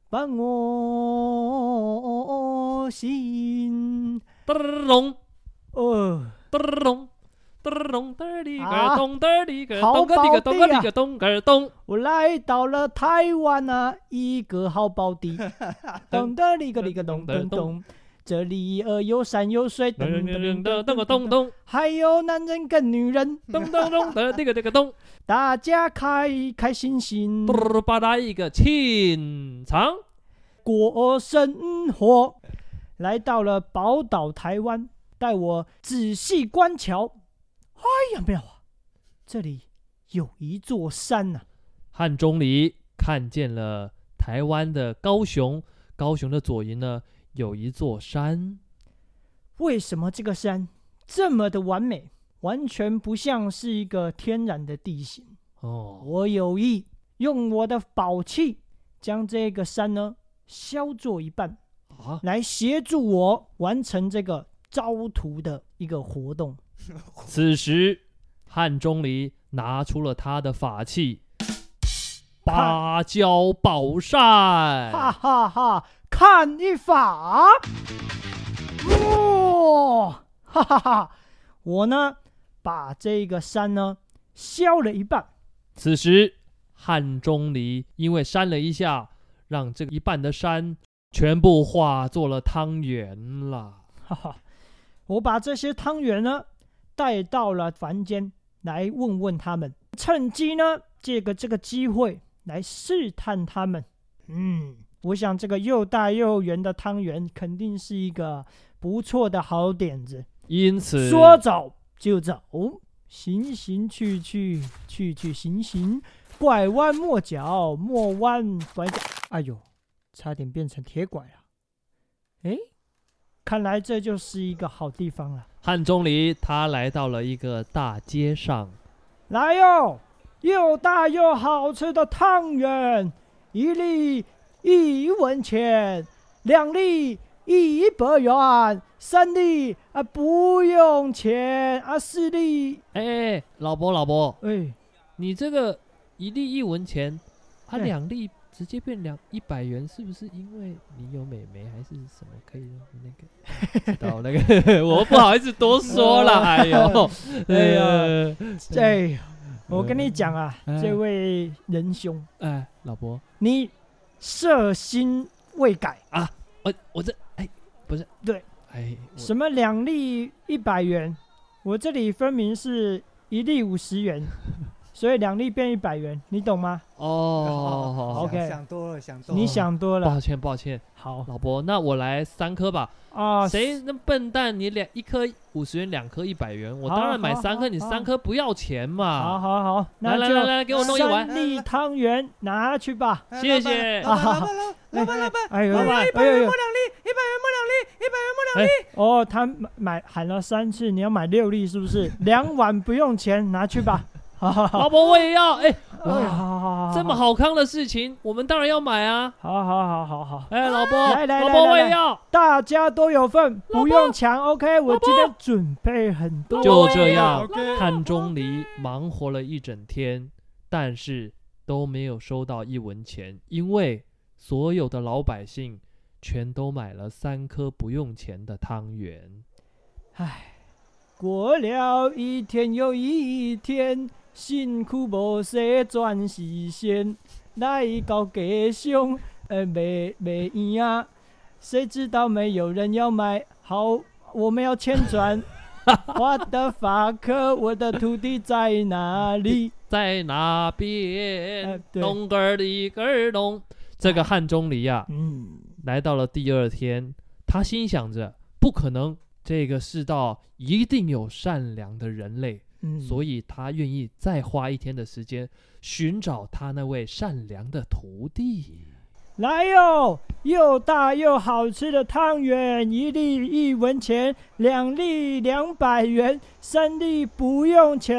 Speaker 1: 伴我心。
Speaker 3: 噔儿咚
Speaker 1: 哦，
Speaker 3: 噔儿咚噔儿咚噔儿哩个
Speaker 1: 啊
Speaker 3: 咚噔儿哩个
Speaker 1: 好
Speaker 3: 咚个哩个
Speaker 1: 宝
Speaker 3: 咚
Speaker 1: 地
Speaker 3: 个哩
Speaker 1: 啊
Speaker 3: 个咚个儿咚。
Speaker 1: 我来到了台湾啊，一个好宝
Speaker 3: [laughs]
Speaker 1: 地，咚的里个里个咚咚咚，这里呃有山有水，
Speaker 3: 噔
Speaker 1: 噔噔噔
Speaker 3: 噔噔
Speaker 1: 噔
Speaker 3: 噔个
Speaker 1: 咚
Speaker 3: 咚
Speaker 1: 咚，
Speaker 3: 咚
Speaker 1: 还有男人跟女人，
Speaker 3: 咚咚咚噔这个这个咚，
Speaker 1: 大家开开心心
Speaker 3: 嘟，噜吧嗒一个庆长。
Speaker 1: 过生活。来到了宝岛台湾，带我仔细观瞧。哎呀，妙啊！这里有一座山啊呐、
Speaker 3: 汉钟离看见了台湾的高雄，高雄的左营呢有一座山，
Speaker 1: 为什么这个山这么的完美，完全不像是一个天然的地形？
Speaker 3: 哦，
Speaker 1: 我有意用我的宝器将这个山呢削作一半，
Speaker 3: 啊，
Speaker 1: 来协助我完成这个招徒的一个活动。
Speaker 3: 此时汉钟离拿出了他的法器——芭蕉宝扇。
Speaker 1: 哈哈哈！看一法，哦，哈哈哈！我呢，把这个山呢削了一半，
Speaker 3: 此时，汉钟离因为扇了一下，让这一半的山全部化作了汤圆了。
Speaker 1: 哈哈，我把这些汤圆呢带到了凡间来问问他们，趁机呢借个这个机会来试探他们。嗯，我想这个又大又圆的汤圆肯定是一个不错的好点子。
Speaker 3: 因此，
Speaker 1: 说走就走，行行去去去去行行，拐弯抹角，莫弯拐角。哎呦，差点变成铁拐了。哎，看来这就是一个好地方了。
Speaker 3: 汉钟离他来到了一个大街上，
Speaker 1: 来哟，又大又好吃的汤圆，一粒一文钱，两粒一百元，三粒啊不用钱啊四粒，
Speaker 3: 哎，老伯老伯，
Speaker 1: 哎，
Speaker 3: 你这个一粒一文钱，啊，
Speaker 1: 哎
Speaker 3: 两粒直接变两一百元，是不是因为你有美眉还是什么可以让那个？不知道那个我不好意思多说了，哎呦，
Speaker 1: 哎呀
Speaker 3: 呃，
Speaker 1: 哎，我跟你讲啊，
Speaker 3: 嗯
Speaker 1: 这位仁兄，
Speaker 3: 哎，老伯，
Speaker 1: 你色心未改，
Speaker 3: 我我这哎不是
Speaker 1: 对，
Speaker 3: 哎我
Speaker 1: 什么两粒一百元，我这里分明是一粒五十元，所以两粒变一百元，你懂吗？
Speaker 3: 哦，好
Speaker 1: 好 OK
Speaker 2: 想多了，想多了。
Speaker 1: 你想多了。
Speaker 3: 抱歉抱歉，
Speaker 1: 好
Speaker 3: 老伯，那我来三颗吧。
Speaker 1: 啊，
Speaker 3: 谁那笨蛋？你两一颗五十元，两颗一百元，我
Speaker 1: 好
Speaker 3: 当然买
Speaker 1: 好
Speaker 3: 三颗，
Speaker 1: 好
Speaker 3: 你
Speaker 1: 好
Speaker 3: 三颗不要钱
Speaker 1: 好
Speaker 3: 嘛。
Speaker 1: 好好，那
Speaker 3: 来来
Speaker 1: 就
Speaker 3: 来来，给我弄一碗。
Speaker 1: 三粒汤圆拿去吧。
Speaker 2: 哎
Speaker 3: 谢谢
Speaker 2: 老板老板老板老板老板，
Speaker 1: 哎呦，
Speaker 2: 老板，
Speaker 1: 哎
Speaker 2: 一
Speaker 1: 呦
Speaker 2: 百
Speaker 1: 哎
Speaker 2: 元
Speaker 1: 呦，
Speaker 2: 摸两粒，一百元摸两粒，一百元摸两粒。
Speaker 1: 哦，他买买喊了三次，你要买六粒是不是？两碗不用钱，拿去吧。好好好，
Speaker 3: 老伯，我也要。哎，
Speaker 1: 好
Speaker 3: 哇，
Speaker 1: 好好，
Speaker 3: 这么，好康的事情，我们当然要买啊。
Speaker 1: 好好好好好，
Speaker 3: 哎，老伯，
Speaker 1: 啊来来
Speaker 3: 老
Speaker 1: 来
Speaker 3: 伯，
Speaker 1: 来
Speaker 3: 我也
Speaker 1: 来
Speaker 3: 要。
Speaker 1: 大家都有份，
Speaker 3: 老
Speaker 1: 不用抢。OK，我
Speaker 3: 老
Speaker 1: 今天准备很多。
Speaker 3: 就这样，
Speaker 2: OK
Speaker 3: 汉钟离忙活了一整天，但是都没有收到一文钱，因为所有的老百姓全都买了三颗不用钱的汤圆。
Speaker 1: 过了一天又一天，辛苦无西转时间，来到家乡，呃，没没赢啊，谁知道没有人要买？好，我们要迁
Speaker 3: [laughs]
Speaker 1: 转。我的法克，我的土地在哪
Speaker 3: [laughs]
Speaker 1: 里？
Speaker 3: 在那
Speaker 1: 呃
Speaker 3: 边，
Speaker 1: 对
Speaker 3: 咚个儿里个儿咚。这个汉钟离呀、
Speaker 1: 嗯，
Speaker 3: 来到了第二天，他心想着，不可能，这个世道一定有善良的人类，
Speaker 1: 嗯
Speaker 3: 所以他愿意再花一天的时间寻找他那位善良的徒弟。
Speaker 1: 嗯来哟，又大又好吃的汤圆，一粒一文钱，两粒两百元，三粒不用钱。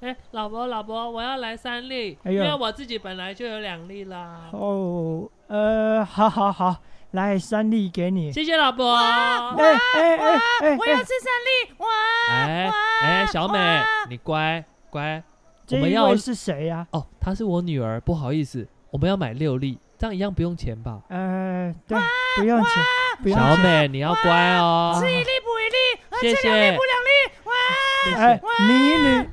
Speaker 3: 哎，老伯，老伯，我要来三粒，
Speaker 1: 哎呦因为
Speaker 3: 我自己本来就有两粒啦
Speaker 1: 哦，呃，好好好，来三粒给你。
Speaker 3: 谢老伯。
Speaker 1: 哎哎哎哎
Speaker 4: 我要
Speaker 1: 哎
Speaker 4: 吃，三粒，哇！
Speaker 3: 哎哎，小美，你乖乖
Speaker 1: 这
Speaker 3: 我们
Speaker 1: 一
Speaker 3: 要
Speaker 1: 位是谁啊呀？
Speaker 3: 哦，她是我女儿，不好意思，我们要买六粒，这样一样不用钱吧？
Speaker 1: 呃，对，不用钱，不用
Speaker 3: 小
Speaker 1: 钱。
Speaker 3: 美，你要乖哦
Speaker 1: 哇，
Speaker 4: 吃一粒补一粒，呃
Speaker 3: [laughs] 谢
Speaker 4: 吃两粒
Speaker 3: 谢
Speaker 4: 补。两粒，哇！
Speaker 3: [laughs] 谢谢
Speaker 1: 哎，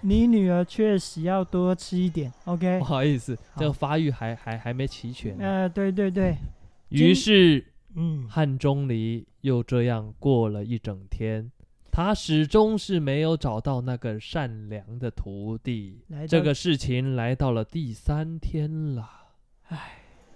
Speaker 1: 你女你女儿确实要多吃一点，OK
Speaker 3: 不。好意思，
Speaker 1: 好
Speaker 3: 这个发育还还还没齐全呢。
Speaker 1: 呃，对对对，
Speaker 3: 于是
Speaker 1: 嗯，
Speaker 3: 汉钟离又这样过了一整天，他始终是没有找到那个善良的徒弟
Speaker 1: 来到。
Speaker 3: 这个事情来到了第三天了，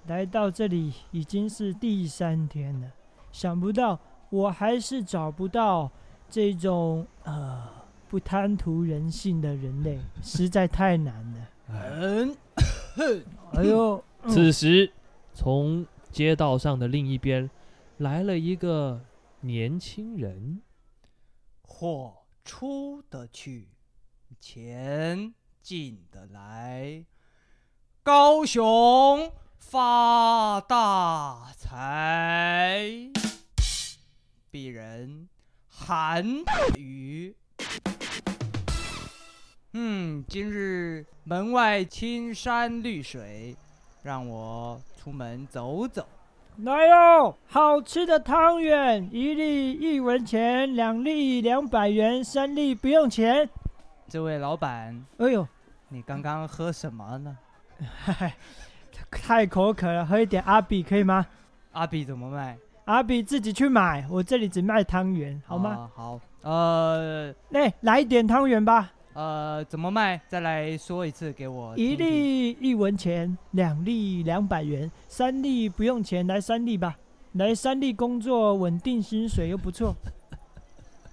Speaker 1: 来到这里已经是第三天了，想不到我还是找不到这种呃不贪图人性的人类，实在太难了。
Speaker 2: 嗯，
Speaker 1: 哎呦，嗯
Speaker 3: 此时，从街道上的另一边来了一个年轻人，
Speaker 2: 货出得去，钱进得来，高雄发大财。鄙人韩愈，嗯，今日门外青山绿水，让我出门走走。
Speaker 1: 来哟，好吃的汤圆，一粒一文钱，两粒两百元，三粒不用钱。
Speaker 2: 这位老板，
Speaker 1: 哎呦， [laughs]
Speaker 2: 你刚刚喝什么呢？
Speaker 1: 嗨，太口渴了，喝一点阿比可以吗？
Speaker 2: 阿比怎么卖？
Speaker 1: 阿比自己去买，我这里只卖汤圆，好吗？
Speaker 2: 啊好，呃
Speaker 1: 哎、来一点汤圆吧，
Speaker 2: 呃，怎么卖？再来说一次给
Speaker 3: 啊
Speaker 2: 我
Speaker 1: 一
Speaker 2: 听听。
Speaker 1: 粒一文钱，两粒两百元，三粒不用钱，来三粒吧。来三粒工作稳定，薪水又不错。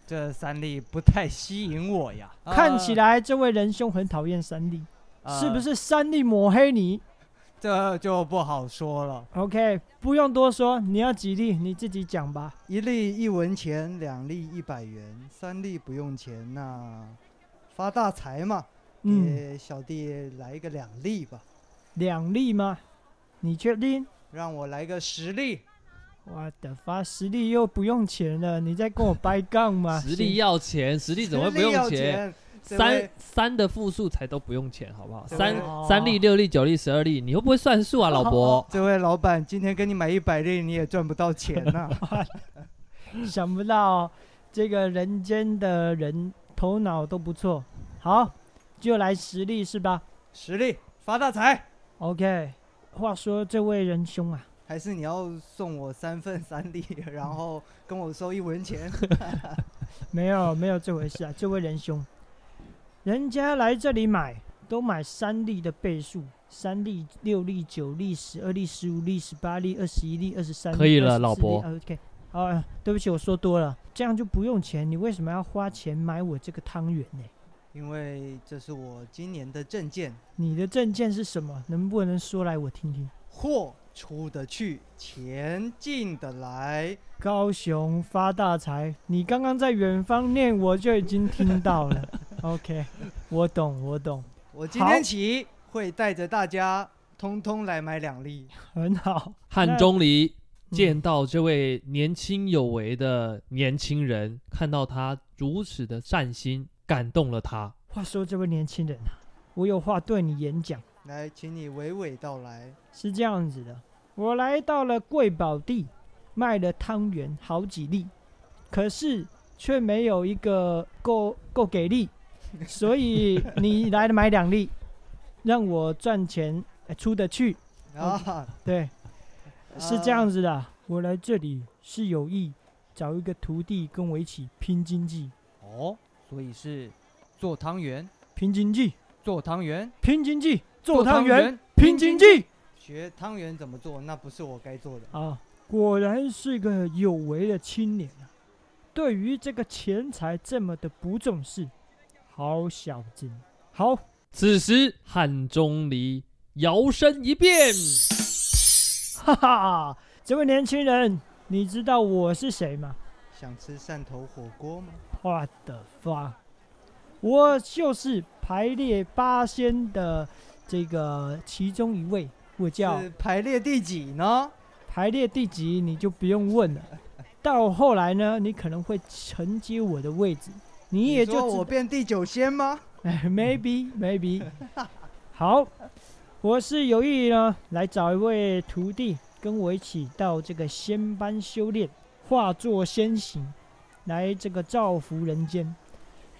Speaker 2: 这三粒不太吸引我
Speaker 5: [laughs]
Speaker 2: 呀。
Speaker 3: 啊
Speaker 1: 看起
Speaker 2: 来、
Speaker 1: 来这位仁兄很讨厌三粒，
Speaker 2: 呃
Speaker 1: 是不？是三粒抹黑你
Speaker 2: 这就不好说了。
Speaker 1: ？OK，不用多说，你要几粒你自己讲吧。
Speaker 5: 一粒一文钱，两粒一百元，三粒不用钱呐、发大财嘛！
Speaker 1: 嗯，
Speaker 5: 给小弟来一个两粒吧，
Speaker 1: 两粒吗？你确定？
Speaker 5: 让我来个十粒。
Speaker 1: 我的发实力又不用钱了，你在跟我掰杠吗？
Speaker 3: 实力要钱，实力怎么会不
Speaker 5: 十
Speaker 3: 用
Speaker 5: 粒要
Speaker 3: 钱？
Speaker 5: 钱？这
Speaker 3: 三
Speaker 5: 位
Speaker 3: 三的复数才都不用钱，好不好？
Speaker 5: 对
Speaker 3: 三
Speaker 1: 哦
Speaker 3: 三粒、六粒、九粒、十二粒，你又不会算数啊，老伯？
Speaker 2: [laughs]
Speaker 5: 这位老板，今天给你买一百粒，你也赚不到钱
Speaker 2: [laughs]
Speaker 5: 呐、
Speaker 1: [laughs] 想不到这个人间的人头脑都不错。好，就来实力是吧
Speaker 5: 十粒发大财，
Speaker 1: ？OK。话说这位仁兄啊，
Speaker 5: 还是你要送我三份三粒，然后跟我收一文 [laughs] 钱？
Speaker 1: 没有没有这回事啊， [laughs] 这位仁兄，人家来这里买都买三粒的倍数，三粒、六粒、九粒、十二粒、十五粒、十八粒、二十一粒、二十三粒，
Speaker 3: 可以了
Speaker 1: 24粒
Speaker 3: 老伯
Speaker 1: 啊 OK，好、啊，对不起，我说多了，这样就不用钱，你为什么要花钱买我这个汤圆呢？
Speaker 5: 因为这是我今年的证件，
Speaker 1: 你的证件是什么？能不能说来我听听？
Speaker 5: 货出得去，钱进得来。
Speaker 1: 高雄发大财，你刚刚在远方念，我就已经听到了。OK，我懂，我懂，
Speaker 5: 我今天起会带着大家通通来买两粒。
Speaker 1: 很好。
Speaker 3: 汉钟离
Speaker 1: 嗯
Speaker 3: 见到这位年轻有为的年轻人，看到他如此的善心，感动了他。
Speaker 1: 话说这位年轻人啊，我有话对你演讲，
Speaker 5: 来，请你娓娓道来。
Speaker 1: 是这样子的，我来到了贵宝地，卖了汤圆好几粒，可是却没有一个够够给力，所以你来买两粒，让我赚钱、呃出得去。
Speaker 5: 啊，
Speaker 1: 对，是这样子的，我来这里是有意找一个徒弟跟我一起拼经济，
Speaker 2: 哦，所以是做汤圆，
Speaker 1: 拼经济，
Speaker 2: 做汤圆，
Speaker 1: 拼经济，做汤圆，
Speaker 2: 圆，
Speaker 1: 拼经济。
Speaker 5: 学汤圆怎么做，那不是我该做的。
Speaker 1: 啊，果然是个有为的青年啊！对于这个钱财这么的不重视，好小子你！好，
Speaker 3: 此时，汉钟离摇身一变，
Speaker 1: 哈哈，这位年轻人，你知道我是谁吗
Speaker 5: 想吃汕头火锅吗？
Speaker 1: ？What the fuck？我就是排列八仙的这个其中一位，我叫
Speaker 5: 是排列第几呢？
Speaker 1: 排列第几，你就不用问了。到后来呢，你可能会承接我的位置，你也就
Speaker 5: 说
Speaker 1: 知
Speaker 5: 我变第九仙吗？
Speaker 1: 哎，maybe [laughs] maybe 。 [laughs] 好，我是有意呢来找一位徒弟跟我一起到这个仙班修炼，化作仙形，来这个造福人间。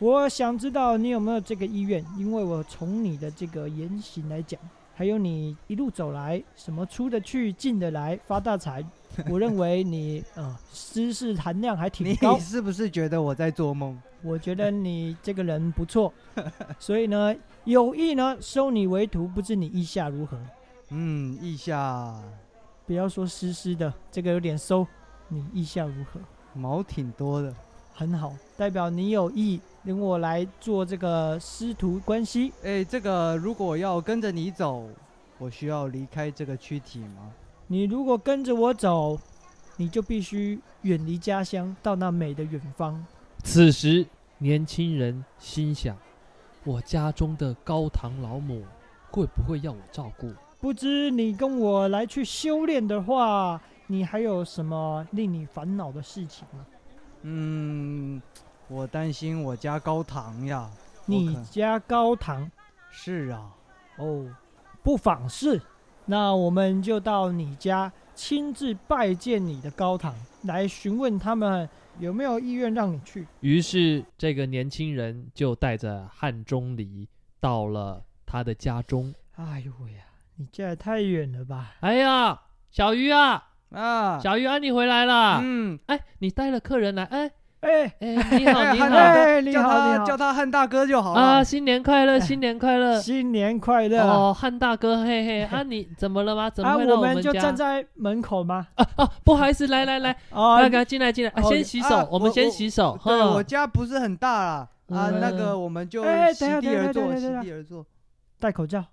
Speaker 1: 我想知道你有没有这个意愿，因为我从你的这个言行来讲，还有你一路走来，什么出得去、进得来、发大财，我认为你呃知识含量还挺
Speaker 5: 你
Speaker 2: [laughs]
Speaker 1: 高。
Speaker 5: 是不是觉得我在做梦？
Speaker 1: 我觉得你这个人不错，所以呢，有意呢收你为徒，不知你意下如何？
Speaker 5: 嗯，意下
Speaker 1: 不要说湿湿的，这个有点馊，你意下如何？
Speaker 5: 毛挺多的。
Speaker 1: 很好，代表你有意跟我来做这个师徒关系。
Speaker 5: 哎，这个如果要跟着你走，我需要离开这个躯体吗？
Speaker 1: 你如果跟着我走，你就必须远离家乡，到那美的远方。
Speaker 3: 此时年轻人心想：我家中的高堂老母会不会要我照顾？
Speaker 1: 不知你跟我来去修炼的话，你还有什么令你烦恼的事情吗？
Speaker 5: 嗯，我担心我家高堂呀。
Speaker 1: 你
Speaker 2: 看
Speaker 1: 家高堂
Speaker 2: 是啊，
Speaker 1: 哦，不妨事。那我们就到你家亲自拜见你的高堂，来询问他们有没有意愿让你去。
Speaker 5: 于是这个年轻人就带着汉钟离到了他的家中。
Speaker 1: 哎呦喂呀，你家也太远了吧？
Speaker 5: 哎呀，小鱼啊，
Speaker 2: 啊，
Speaker 5: 小鱼安、妮回来啦！
Speaker 2: 嗯，
Speaker 5: 哎，你带了客人来，哎
Speaker 1: 哎，[laughs]
Speaker 5: 哎，你好，
Speaker 2: 哎
Speaker 5: 你
Speaker 2: 汉
Speaker 5: 好
Speaker 2: 大
Speaker 1: 哎
Speaker 2: 哥，
Speaker 1: 你
Speaker 2: 叫
Speaker 1: 好你
Speaker 2: 他
Speaker 1: 好
Speaker 2: 叫他汉大哥就好
Speaker 5: 啊，
Speaker 2: 了。
Speaker 5: 新年快乐，
Speaker 1: 哎啊
Speaker 5: 新年快乐！
Speaker 1: 新年快乐！
Speaker 5: 哦，汉大哥，
Speaker 1: [laughs]
Speaker 5: 嘿嘿，啊，你怎么了吗？怎么
Speaker 1: 啊，
Speaker 5: 会来
Speaker 1: 我们
Speaker 5: 家？
Speaker 1: 就站在门口
Speaker 5: [laughs]
Speaker 1: 吗？
Speaker 5: 哦，不好意思，来来来，
Speaker 1: [laughs] 啊
Speaker 5: 大，哥进来进来，啊
Speaker 1: 哦
Speaker 5: 先洗
Speaker 2: 啊
Speaker 5: 手，我们
Speaker 2: 我
Speaker 5: 先
Speaker 2: 我
Speaker 5: 洗手。
Speaker 2: 对，
Speaker 5: 哼
Speaker 2: 我家不是很大啦，啊，
Speaker 5: 嗯
Speaker 2: 那个我们就
Speaker 1: 哎
Speaker 2: 席
Speaker 1: 等一下
Speaker 2: 地而
Speaker 1: 等
Speaker 2: 坐，
Speaker 1: 一下等一
Speaker 2: 席
Speaker 1: 下等一下
Speaker 2: 地而坐。
Speaker 1: 戴口
Speaker 5: [laughs]
Speaker 1: 罩，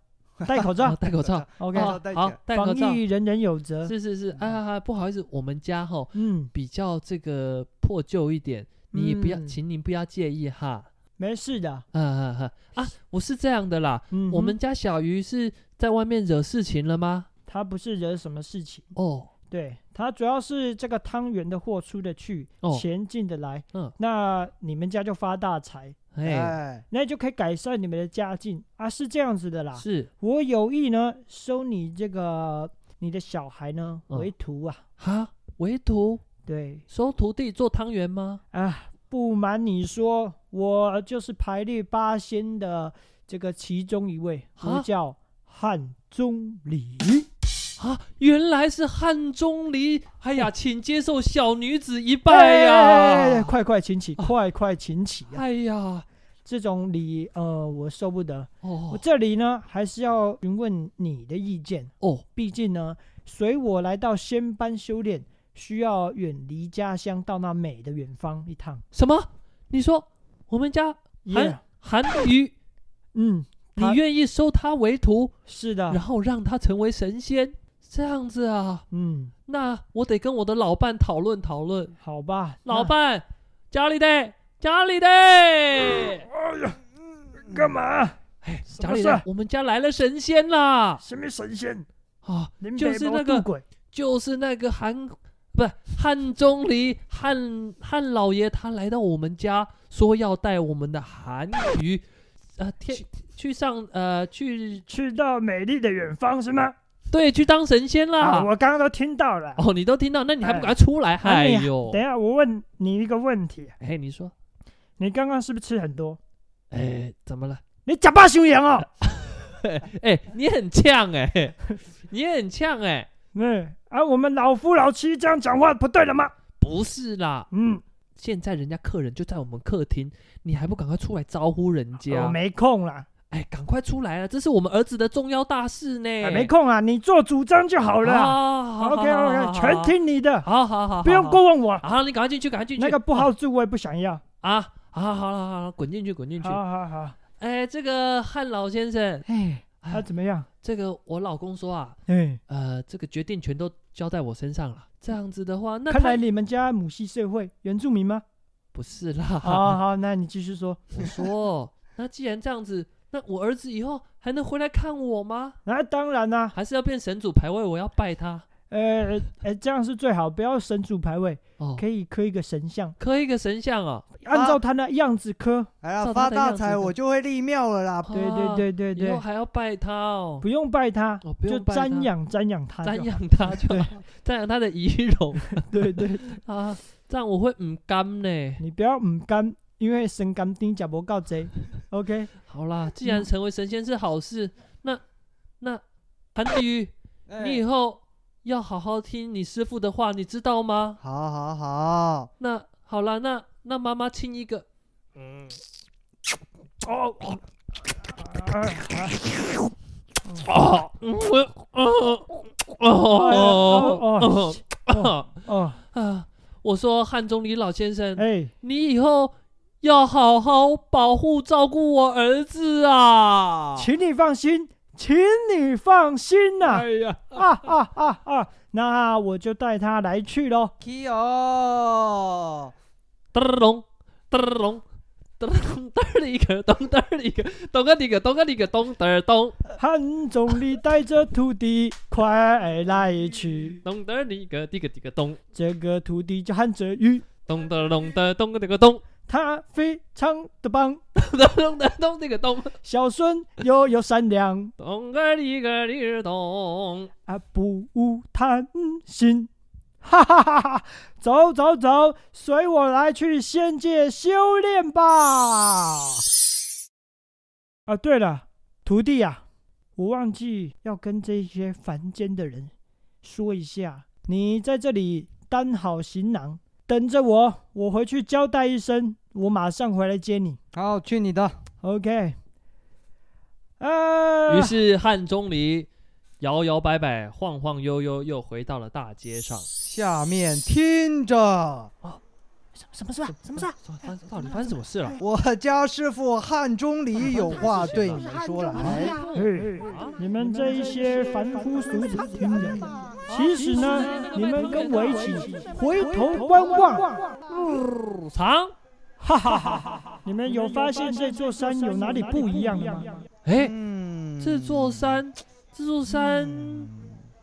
Speaker 1: 戴口罩
Speaker 5: 啊戴口罩
Speaker 1: ，OK，
Speaker 2: 口
Speaker 5: 哦
Speaker 2: 罩戴起
Speaker 5: 好
Speaker 2: 来，
Speaker 5: 戴口
Speaker 1: 防
Speaker 5: 罩。
Speaker 1: 疫人人有责。
Speaker 5: 是是是，啊啊，啊不好意思，我们家吼
Speaker 1: 嗯，
Speaker 5: 比较这个破旧一点，你也不要，
Speaker 1: 嗯
Speaker 5: 请您不要介意哈。
Speaker 1: 没事的。
Speaker 5: 啊啊啊！啊，我是这样的啦，
Speaker 1: 嗯哼，
Speaker 5: 我们家小鱼是在外面惹事情了吗？
Speaker 1: 他不是惹什么事情，
Speaker 5: 哦，
Speaker 1: 对他主要是这个汤圆的货出的去，
Speaker 5: 哦
Speaker 1: 钱进的来，
Speaker 5: 嗯
Speaker 1: 那你们家就发大财，
Speaker 5: 哎，
Speaker 2: 哎，
Speaker 1: 那就可以改善你们的家境啊，是这样子的啦。
Speaker 5: 是
Speaker 1: 我有意呢收你这个你的小孩呢
Speaker 5: 嗯
Speaker 1: 为徒啊，
Speaker 5: 哈，为徒
Speaker 1: 对
Speaker 5: 收徒弟做汤圆吗？
Speaker 1: 啊，不瞒你说，我就是排列八仙的这个其中一位，
Speaker 5: 啊
Speaker 1: 我叫汉钟离。
Speaker 5: 啊，原来是汉钟离！哎呀，请接受小女子一拜
Speaker 1: 哎
Speaker 5: 呀！哦
Speaker 1: 快快请起，快快请起啊！
Speaker 5: 哎呀，
Speaker 1: 这种礼，呃，我受不得。我
Speaker 5: 哦
Speaker 1: 这里呢，还是要询问你的意见。
Speaker 5: 哦，
Speaker 1: 毕竟呢，随我来到仙班修炼，需要远离家乡，到那美的远方一趟。
Speaker 5: 什么？你说我们家
Speaker 1: 耶、
Speaker 5: 韩鱼，
Speaker 1: 嗯，[laughs]
Speaker 5: 你
Speaker 1: 他啊
Speaker 5: 愿意收他为徒，
Speaker 1: 是
Speaker 5: 然
Speaker 1: 的，
Speaker 5: 后让他成为神仙？这样子啊？
Speaker 1: 嗯，
Speaker 5: 那我得跟我的老伴讨论讨论。
Speaker 1: 好吧，
Speaker 5: 老
Speaker 1: 那
Speaker 5: 伴，家里的，家里的，
Speaker 1: 干嘛？
Speaker 5: 哎，
Speaker 1: 什
Speaker 5: 家
Speaker 1: 么
Speaker 5: 里
Speaker 1: 事
Speaker 5: 的，我们家来了神仙啦！
Speaker 1: 什么神仙？
Speaker 5: 啊，
Speaker 1: 你们
Speaker 5: 就是
Speaker 1: 别把我
Speaker 5: 那个
Speaker 1: 渡鬼
Speaker 5: 就是那个韩，不是汉钟离汉汉老爷，他来到我们家，说要带我们的韩语，呃，天去上呃去
Speaker 1: 去到美丽的远方是吗？
Speaker 5: 对去当神仙啦。
Speaker 1: 啊，我刚刚都听到了。
Speaker 5: 哦，你都听到，那你还不
Speaker 1: 哎
Speaker 5: 赶快出来？
Speaker 1: 啊
Speaker 5: 哎
Speaker 1: 你
Speaker 5: 呦
Speaker 1: 等，一下，我问你一个问题，
Speaker 5: 哎，你说，
Speaker 1: 你刚刚是不是吃很多？
Speaker 5: 哎，怎么了？
Speaker 1: 你假扮修养哦。
Speaker 5: [laughs] 哎，你很呛哎，
Speaker 1: [laughs]
Speaker 5: 你很呛哎，
Speaker 1: 嗯，啊，我们老夫老妻这样讲话不对了吗？
Speaker 5: 不是啦，
Speaker 1: 嗯，
Speaker 5: 现在人家客人就在我们客厅，你还不赶快出来招呼人
Speaker 1: 我
Speaker 5: 家？
Speaker 1: 哦没空啦，
Speaker 5: 哎，赶快出来啊！这是我们儿子的重要大事呢。
Speaker 1: 啊没空啊，你做主张就好
Speaker 5: 好
Speaker 1: 了啊。
Speaker 5: 哎哦好
Speaker 1: OK
Speaker 5: 好好
Speaker 1: OK，全。听你的，
Speaker 5: 好好好好，
Speaker 1: 不用过问我。
Speaker 5: [laughs] 好，你赶快进去，赶快进去。
Speaker 1: 那个不好住我也不想要。
Speaker 5: 啊，好好好好好，滚进去，滚进去
Speaker 1: 好。好好，
Speaker 5: 哎，这个汉老先生，
Speaker 1: 哎，他
Speaker 5: 哎
Speaker 1: 怎么样？
Speaker 5: 这个我老公说啊，
Speaker 1: 哎，
Speaker 5: 呃，这个决定权都交在我身上了。这样子的话，那
Speaker 1: 看来
Speaker 5: 他
Speaker 1: 你们家母系社会原住
Speaker 5: [laughs]
Speaker 1: 民吗？
Speaker 5: 不是啦。
Speaker 1: 好好，那你继续说。
Speaker 5: 我说，那既然这样子，那我儿子以后还能回来看我吗？
Speaker 1: 那当然啦，
Speaker 5: 还是要变神主牌位？我要拜他。
Speaker 1: 呃呃，这样是最好，不要神主牌位，
Speaker 5: 哦，啊
Speaker 1: 可以刻一个神像，
Speaker 5: 刻一个神像哦。
Speaker 1: 按照他那样子刻。
Speaker 2: 来了，
Speaker 5: 照
Speaker 2: 发
Speaker 5: 他的
Speaker 2: 大
Speaker 5: 样子
Speaker 2: 财
Speaker 5: 的
Speaker 2: 我就会立庙了啦。
Speaker 1: 对
Speaker 5: 啊
Speaker 1: 对对对
Speaker 5: 以后
Speaker 1: 对，
Speaker 5: 还要拜他哦。
Speaker 1: 不用拜他，
Speaker 5: 哦，不
Speaker 1: 就
Speaker 5: 用拜他
Speaker 1: 瞻仰瞻仰他就好。
Speaker 5: 瞻仰他就
Speaker 1: 对
Speaker 5: 好， [laughs] 瞻仰他的仪容
Speaker 1: [laughs] 对对，
Speaker 5: [laughs] 啊，这样我会唔甘呢。
Speaker 1: 你不要唔甘，因为生甘丁假不告贼。OK，
Speaker 5: 好啦，既
Speaker 1: 嗯
Speaker 5: 然成为神仙是好事，那那韩
Speaker 1: [coughs]
Speaker 5: 宇，
Speaker 2: 哎
Speaker 5: 你以后要好好听你师傅的话，你知道吗？
Speaker 2: 好好好，
Speaker 5: 那好啦，那那妈妈亲一个，
Speaker 1: 哦，哦
Speaker 5: 哎哦，嗯我哦哦
Speaker 1: 哎哦
Speaker 5: 哦
Speaker 1: 哦，
Speaker 5: 啊！我说汉钟离老先生，
Speaker 1: 哎，
Speaker 5: 你以后要好好保护照顾我儿子啊！
Speaker 1: 请你放心，请你放心呐、
Speaker 5: 哎呀，
Speaker 1: 啊啊啊啊！那我就带他来去喽。
Speaker 2: k 哦，
Speaker 5: 噔儿隆，噔儿隆，噔儿隆，噔儿一个，咚噔儿一个，咚个一个，咚个一个，咚噔儿咚， [laughs]
Speaker 1: 汉总理带着徒弟快来去，
Speaker 5: 咚噔儿一个，滴个滴个咚，
Speaker 1: 这个徒弟叫汉泽宇，
Speaker 5: 咚噔儿隆的，咚个滴个咚，
Speaker 1: 他非常的棒，
Speaker 3: 咚咚咚，这个咚
Speaker 1: 孝顺又有善良
Speaker 3: 咚个里个里咚，
Speaker 1: 啊，不无贪心。哈哈哈哈！走走走，随我来去仙界修炼吧！啊，对了，徒弟啊，我忘记要跟这些凡间的人说一下，你在这里担好行囊，等着我，我回去交代一声，我马上回来接你。
Speaker 5: 好，去你的。
Speaker 1: OK。啊，
Speaker 3: 于是汉钟离摇摇摆摆、晃晃悠悠又回到了大街上。
Speaker 5: 下面听着，
Speaker 1: 什什么事啊？什么事啊？
Speaker 3: 发到底发生什么事了？
Speaker 5: 我家师傅汉钟离有话对你们说哎来。
Speaker 1: 嘿，你们这一些凡夫俗子听着，其实呢，你们跟我一起回头观望，
Speaker 3: 长，
Speaker 1: 哈哈哈哈！你们有发现这座山有哪里不一样的吗？
Speaker 3: 哎，
Speaker 5: 嗯
Speaker 3: 这座山，这座山
Speaker 1: 嗯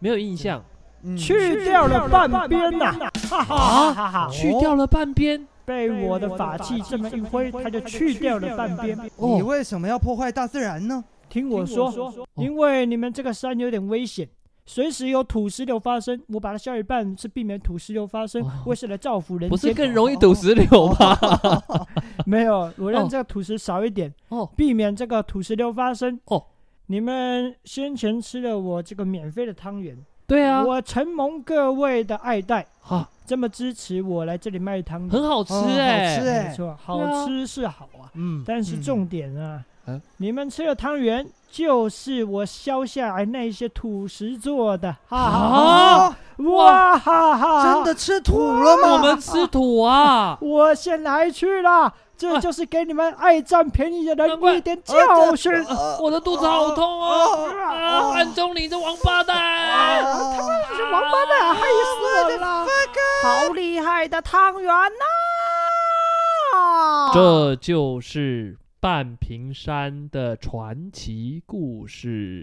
Speaker 3: 没有印象，
Speaker 5: 嗯
Speaker 1: 去掉了半边呐、哈
Speaker 5: 啊
Speaker 1: 哈哈
Speaker 5: 嗯
Speaker 1: 哈！
Speaker 3: 去掉了半边。
Speaker 1: 被我的法器这么一挥，它就去掉了半边。
Speaker 5: 哦
Speaker 3: 哦
Speaker 5: 你为什么要破坏大自然呢？
Speaker 1: 听我说，因为你们这个山有点危险。随时有土石流发生，我把它削一半，是避免土石流发生
Speaker 3: 哦，
Speaker 1: 我是来造福人
Speaker 3: 不是
Speaker 1: 间。
Speaker 3: 更容易堵石榴吗？ [laughs]
Speaker 1: 没有，我让
Speaker 3: 哦
Speaker 1: 这个土石少一点，
Speaker 3: 哦，
Speaker 1: 避免这个土石流发生。
Speaker 3: 哦，
Speaker 1: 你们先前吃了我这个免费的汤圆，
Speaker 3: 对啊，
Speaker 1: 我承蒙各位的爱戴，
Speaker 3: 啊，
Speaker 1: 这么支持我来这里卖汤圆，
Speaker 3: [laughs] 很好吃
Speaker 5: 哦
Speaker 3: 哎、
Speaker 5: 好吃
Speaker 1: 没
Speaker 5: 哎，
Speaker 1: 错，
Speaker 3: 对
Speaker 1: 好
Speaker 3: 啊
Speaker 1: 吃是好啊，
Speaker 3: 嗯，
Speaker 1: 但是重点啊，
Speaker 3: 嗯
Speaker 1: 你们吃了汤圆就是我削下来那些土石做的，哈哈哈
Speaker 5: 啊，
Speaker 1: 哇哈哈，，
Speaker 5: 真的吃土了吗？
Speaker 3: 啊我们吃土啊
Speaker 1: 我先来去啦，这
Speaker 3: 啊
Speaker 1: 就是给你们爱占便宜的
Speaker 3: 难
Speaker 1: 人
Speaker 3: 怪哦
Speaker 1: 一点教训。
Speaker 3: 我的肚子好痛哦！啊，汉中你这王八
Speaker 1: 哦
Speaker 3: 蛋！
Speaker 5: 啊
Speaker 1: 是王八
Speaker 5: 哎
Speaker 1: 蛋，害啊死我了！好厉害的汤圆呐、
Speaker 3: 这就是半屏山的传奇故事，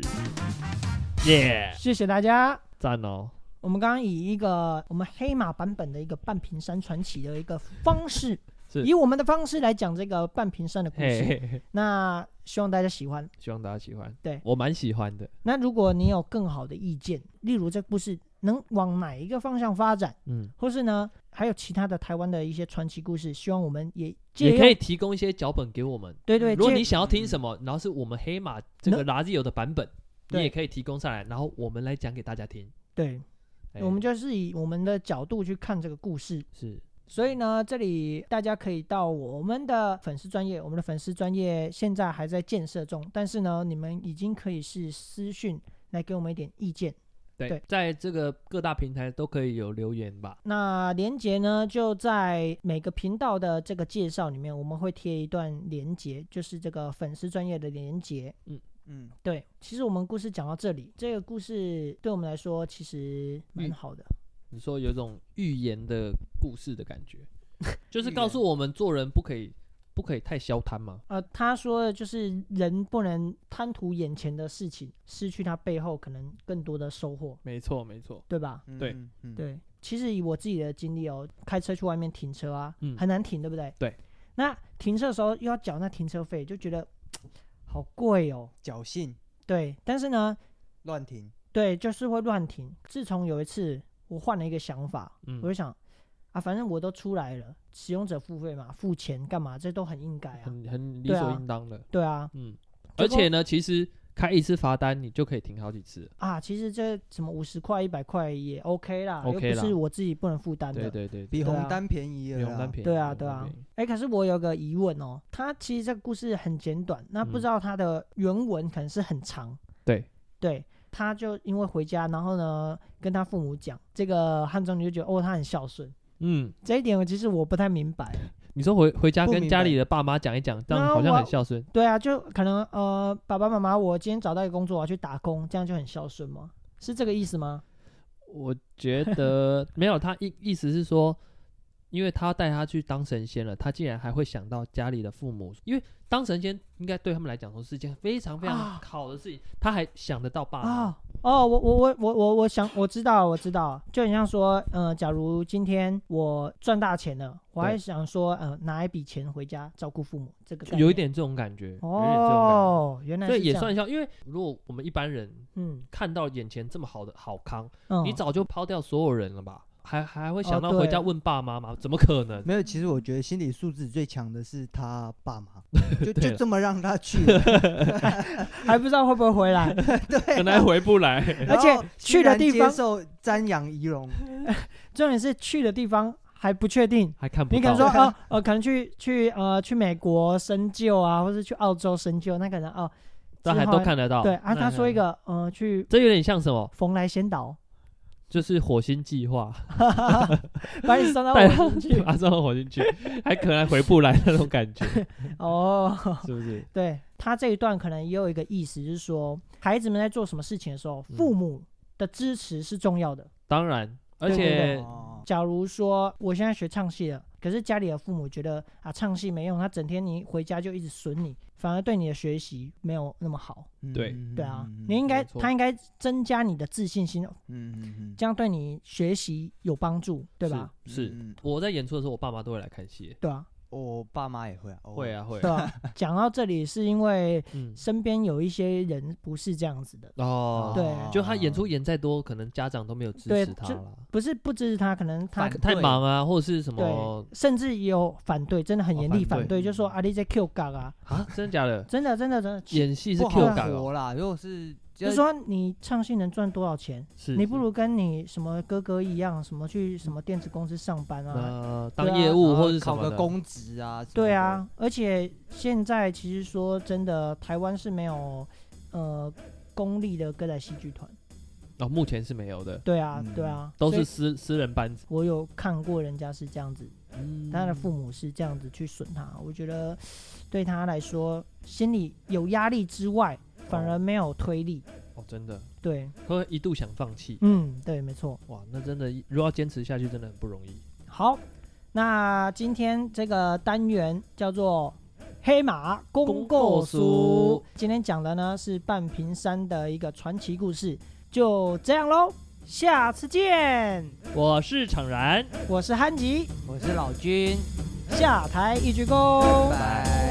Speaker 3: 耶、
Speaker 1: 谢谢大家。
Speaker 3: 赞哦！
Speaker 1: 我们刚刚以一个我们黑马版本的一个半屏山传奇的一个方式，
Speaker 3: [laughs] 是
Speaker 1: 以我们的方式来讲这个半屏山的故
Speaker 3: 嘿
Speaker 1: 事。
Speaker 3: 嘿嘿，
Speaker 1: 那希望大家喜欢。
Speaker 3: 希望大家喜欢。
Speaker 1: 对
Speaker 3: 我蛮喜欢的。
Speaker 1: 那如果你有更好的意见，例如这故事能往哪一个方向发展，
Speaker 3: 嗯，
Speaker 1: 或是呢还有其他的台湾的一些传奇故事，希望我们也借
Speaker 3: 也可
Speaker 1: 用
Speaker 3: 以提供一些脚本给我们。
Speaker 1: 对对，
Speaker 3: 如果
Speaker 1: 借
Speaker 3: 你想要听什么，然后是我们黑马这个拉 i 有的版本，你
Speaker 1: 对
Speaker 3: 也可以提供上来，然后我们来讲给大家听。
Speaker 1: 对，
Speaker 3: 哎
Speaker 1: 我们就是以我们的角度去看这个故事。
Speaker 3: 是
Speaker 1: 所以呢，这里大家可以到我们的粉丝专业，我们的粉丝专业现在还在建设中，但是呢，你们已经可以是私讯来给我们一点意见。
Speaker 3: 对
Speaker 1: 对，
Speaker 3: 在这个各大平台都可以有留言吧？
Speaker 1: 那连接呢，就在每个频道的这个介绍里面，我们会贴一段连接，就是这个粉丝专业的连接。
Speaker 5: 嗯，
Speaker 1: 对，其实我们故事讲到这里，这个故事对我们来说其实蛮
Speaker 3: 嗯
Speaker 1: 好的。
Speaker 3: 你说有种预言的故事的感觉，就是
Speaker 5: 预
Speaker 3: 告诉我们做人不可以不可以太消贪嘛。
Speaker 1: 呃，他说的就是人不能贪图眼前的事情，失去他背后可能更多的收获，
Speaker 3: 没错，没错。
Speaker 1: 对吧？
Speaker 3: 对
Speaker 5: 嗯，嗯，
Speaker 1: 对，其实以我自己的经历哦，开车去外面停车啊，
Speaker 3: 嗯
Speaker 1: 很难停，对不对？
Speaker 3: 对。
Speaker 1: 那停车的时候又要缴那停车费，就觉得好贵哦。
Speaker 5: 侥幸
Speaker 1: 对，但是呢，
Speaker 5: 乱停，
Speaker 3: 啊
Speaker 1: 对，就是会乱停。自从有一次我换了一个想法，
Speaker 3: 嗯
Speaker 1: 我就想啊，反正我都出来了，使用者付费嘛，付钱干嘛？这都很应该啊。
Speaker 3: 很很理
Speaker 1: 对
Speaker 3: 所
Speaker 1: 啊
Speaker 3: 应当的。
Speaker 1: [laughs] 对啊，
Speaker 3: 嗯，
Speaker 1: 结
Speaker 3: 而
Speaker 1: 果
Speaker 3: 且呢，其实开一次罚单你就可以停好几次了。
Speaker 1: 啊，其实这什么五十块、一百块也 OK 啦
Speaker 3: OK
Speaker 1: 又不
Speaker 3: 啦
Speaker 1: 是我自己不能负担的。
Speaker 3: 对对对，
Speaker 5: 比
Speaker 1: 对啊
Speaker 5: 红单便宜
Speaker 3: 比
Speaker 5: 了
Speaker 3: 红单
Speaker 5: 啦。
Speaker 3: 便宜。
Speaker 1: 对啊，
Speaker 3: 比
Speaker 1: 对
Speaker 3: 红单
Speaker 1: 啊
Speaker 3: 便宜。
Speaker 1: 哎，可是我有个疑问哦，它其实这个故事很简短，那不
Speaker 3: 嗯
Speaker 1: 知道它的原文可能是很长。
Speaker 3: 对
Speaker 1: 对，他就因为回家，然后呢跟他父母讲这个汉中，你就觉得哦，他很孝顺。
Speaker 3: 嗯，
Speaker 1: 这一点我其实我不太明白。
Speaker 3: 你说回回家
Speaker 5: 不
Speaker 3: 跟
Speaker 5: 明
Speaker 3: 家
Speaker 5: 白
Speaker 3: 里的爸妈讲一讲，这样
Speaker 1: 那
Speaker 3: 好像
Speaker 1: 我
Speaker 3: 很孝顺。
Speaker 1: 对啊，就可能呃，爸爸妈妈，我今天找到一个工作，我要去打工，这样就很孝顺吗？是这个意思吗？
Speaker 3: 我觉
Speaker 1: [laughs]
Speaker 3: 得没有，他意意思是说，因为他带他去当神仙了，他竟然还会想到家里的父母，因为当神仙应该对他们来讲说是一件非常非常
Speaker 1: 啊
Speaker 3: 好的事情，他还想得到爸妈。
Speaker 1: 啊，哦，我我我我我我想我知道我知道，就很像说，呃，假如今天我赚大钱了，我还
Speaker 3: 对
Speaker 1: 想说，呃，拿一笔钱回家照顾父母，这个概
Speaker 3: 就有
Speaker 1: 念
Speaker 3: 一点这种感觉，有一点这种感觉。
Speaker 1: 哦，原来
Speaker 3: 所
Speaker 1: 是
Speaker 3: 以也
Speaker 1: 这样
Speaker 3: 算一下，因为如果我们一般人
Speaker 1: 嗯
Speaker 3: 看到眼前这么好的好康，
Speaker 1: 嗯，
Speaker 3: 你早就抛掉所有人了吧？还还会
Speaker 1: 哦
Speaker 3: 想到回
Speaker 1: 对
Speaker 3: 家问爸妈吗？怎么可
Speaker 1: [laughs]
Speaker 3: 能？
Speaker 5: 没有，其实我觉得心理素质最强的是他爸妈，
Speaker 3: [laughs]
Speaker 5: 就
Speaker 3: 对
Speaker 5: 就
Speaker 3: 了
Speaker 5: 这么让他去，
Speaker 3: [laughs]
Speaker 1: 还不知道会不会回来， [laughs] 啊
Speaker 3: 本来回不来，
Speaker 5: 然
Speaker 1: 而且
Speaker 5: 后
Speaker 1: 去
Speaker 5: 居
Speaker 1: 的
Speaker 5: 然
Speaker 1: 地
Speaker 5: 接
Speaker 1: 方
Speaker 5: 受瞻仰仪容，
Speaker 1: 重点是去的地方还不确定。
Speaker 3: 还看不到。
Speaker 1: 你可能说，
Speaker 5: 对啊
Speaker 1: 哦，呃，可能去去呃去美国深究啊，或是去澳洲深究，那可能哦，
Speaker 3: 但还
Speaker 1: 之
Speaker 3: 都
Speaker 1: 后
Speaker 3: 看得到。
Speaker 1: 对啊。他说一
Speaker 3: 那，
Speaker 1: 个，呃，去
Speaker 3: 这有点像什么？
Speaker 1: 蓬莱仙岛，
Speaker 3: 就是火星
Speaker 1: [laughs]
Speaker 3: 计划，
Speaker 1: 把你送到
Speaker 3: 带
Speaker 1: 我
Speaker 3: 他
Speaker 1: 进去。
Speaker 3: 马上火星去，还可能还回不来那种感觉，
Speaker 1: 哦，
Speaker 3: 是
Speaker 1: [laughs]
Speaker 3: 不是？
Speaker 1: 对他这一段可能也有一个意思，就是说孩子们在做什么事情的时候，
Speaker 3: 嗯
Speaker 1: 父母的支持是重要的。
Speaker 3: 当然，而
Speaker 1: 对对对
Speaker 3: 且
Speaker 5: 哦
Speaker 1: 假如说我现在学唱戏了，可是家里的父母觉得啊唱戏没用，他整天你回家就一直损你，反而对你的学习没有那么好。
Speaker 3: 对
Speaker 5: 嗯
Speaker 1: 对啊，
Speaker 5: 嗯
Speaker 1: 你应该
Speaker 3: 没错
Speaker 1: 他应该增加你的自信心，
Speaker 5: 嗯嗯嗯
Speaker 1: 这样对你学习有帮助，对吧？
Speaker 3: 是？是，
Speaker 5: 嗯嗯
Speaker 3: 我在演出的时候，我爸妈都会来看戏，
Speaker 1: 对啊，
Speaker 5: 我爸妈也会啊，偶尔
Speaker 3: 会，啊会
Speaker 1: 对
Speaker 3: 啊，
Speaker 1: 啊。讲到这里是因为
Speaker 3: 嗯，
Speaker 1: 身边有一些人不是这样子的，
Speaker 3: 哦，
Speaker 1: 对
Speaker 3: 就他演出演再多，可能家长都没有支
Speaker 1: 对
Speaker 3: 持他
Speaker 1: 就
Speaker 3: 了，
Speaker 1: 不是不支持他，可能他
Speaker 3: 太太忙啊，或者是什么
Speaker 1: 甚至也有反对，真的很
Speaker 3: 哦
Speaker 1: 严厉
Speaker 3: 反对
Speaker 1: 反对，就说啊你在 Q 嘎啊，
Speaker 3: 啊，真的
Speaker 1: [laughs]？
Speaker 3: 假的
Speaker 1: 真的真的真的，
Speaker 3: 演戏是
Speaker 5: 不
Speaker 3: Q
Speaker 5: 好
Speaker 3: 感哦，
Speaker 5: 活啦。如果是
Speaker 1: 就
Speaker 5: 就是
Speaker 1: 说你唱戏能赚多少钱，
Speaker 3: 是
Speaker 1: 你不如跟你什么哥哥一样，什么去什么电子公司上班啊。
Speaker 3: 呃
Speaker 1: 对
Speaker 3: 当
Speaker 1: 啊
Speaker 3: 业务或者什
Speaker 5: 考
Speaker 3: 么
Speaker 5: 个
Speaker 3: 的，
Speaker 5: 公职啊，
Speaker 1: 对，啊，而且现在其实说真的，台湾是没有呃公立的歌仔戏剧团。
Speaker 3: 哦，目前是没有的，
Speaker 1: 对啊，
Speaker 5: 嗯
Speaker 1: 对啊，
Speaker 3: 都
Speaker 1: 所
Speaker 3: 是
Speaker 1: 以
Speaker 3: 私私人班子，
Speaker 1: 我有看过人家是这样子，
Speaker 3: 嗯
Speaker 1: 他的父母是这样子去损他，我觉得对他来说心里有压力之外，反而没有推力。
Speaker 3: 哦，真的，
Speaker 1: 对，
Speaker 3: 他会一度想放弃，
Speaker 1: 嗯，对，没错。
Speaker 3: 哇，那真的如果要坚持下去，真的很不容易。
Speaker 1: 好，那今天这个单元叫做“黑马公购
Speaker 3: 公购
Speaker 1: 书
Speaker 3: 书”，
Speaker 1: 今天讲的呢是半屏山的一个传奇故事，就这样喽，下次见，
Speaker 3: 我是常然，
Speaker 1: 我是憨吉， [laughs]
Speaker 5: 我是老君，
Speaker 1: 下台一鞠躬。
Speaker 5: 拜。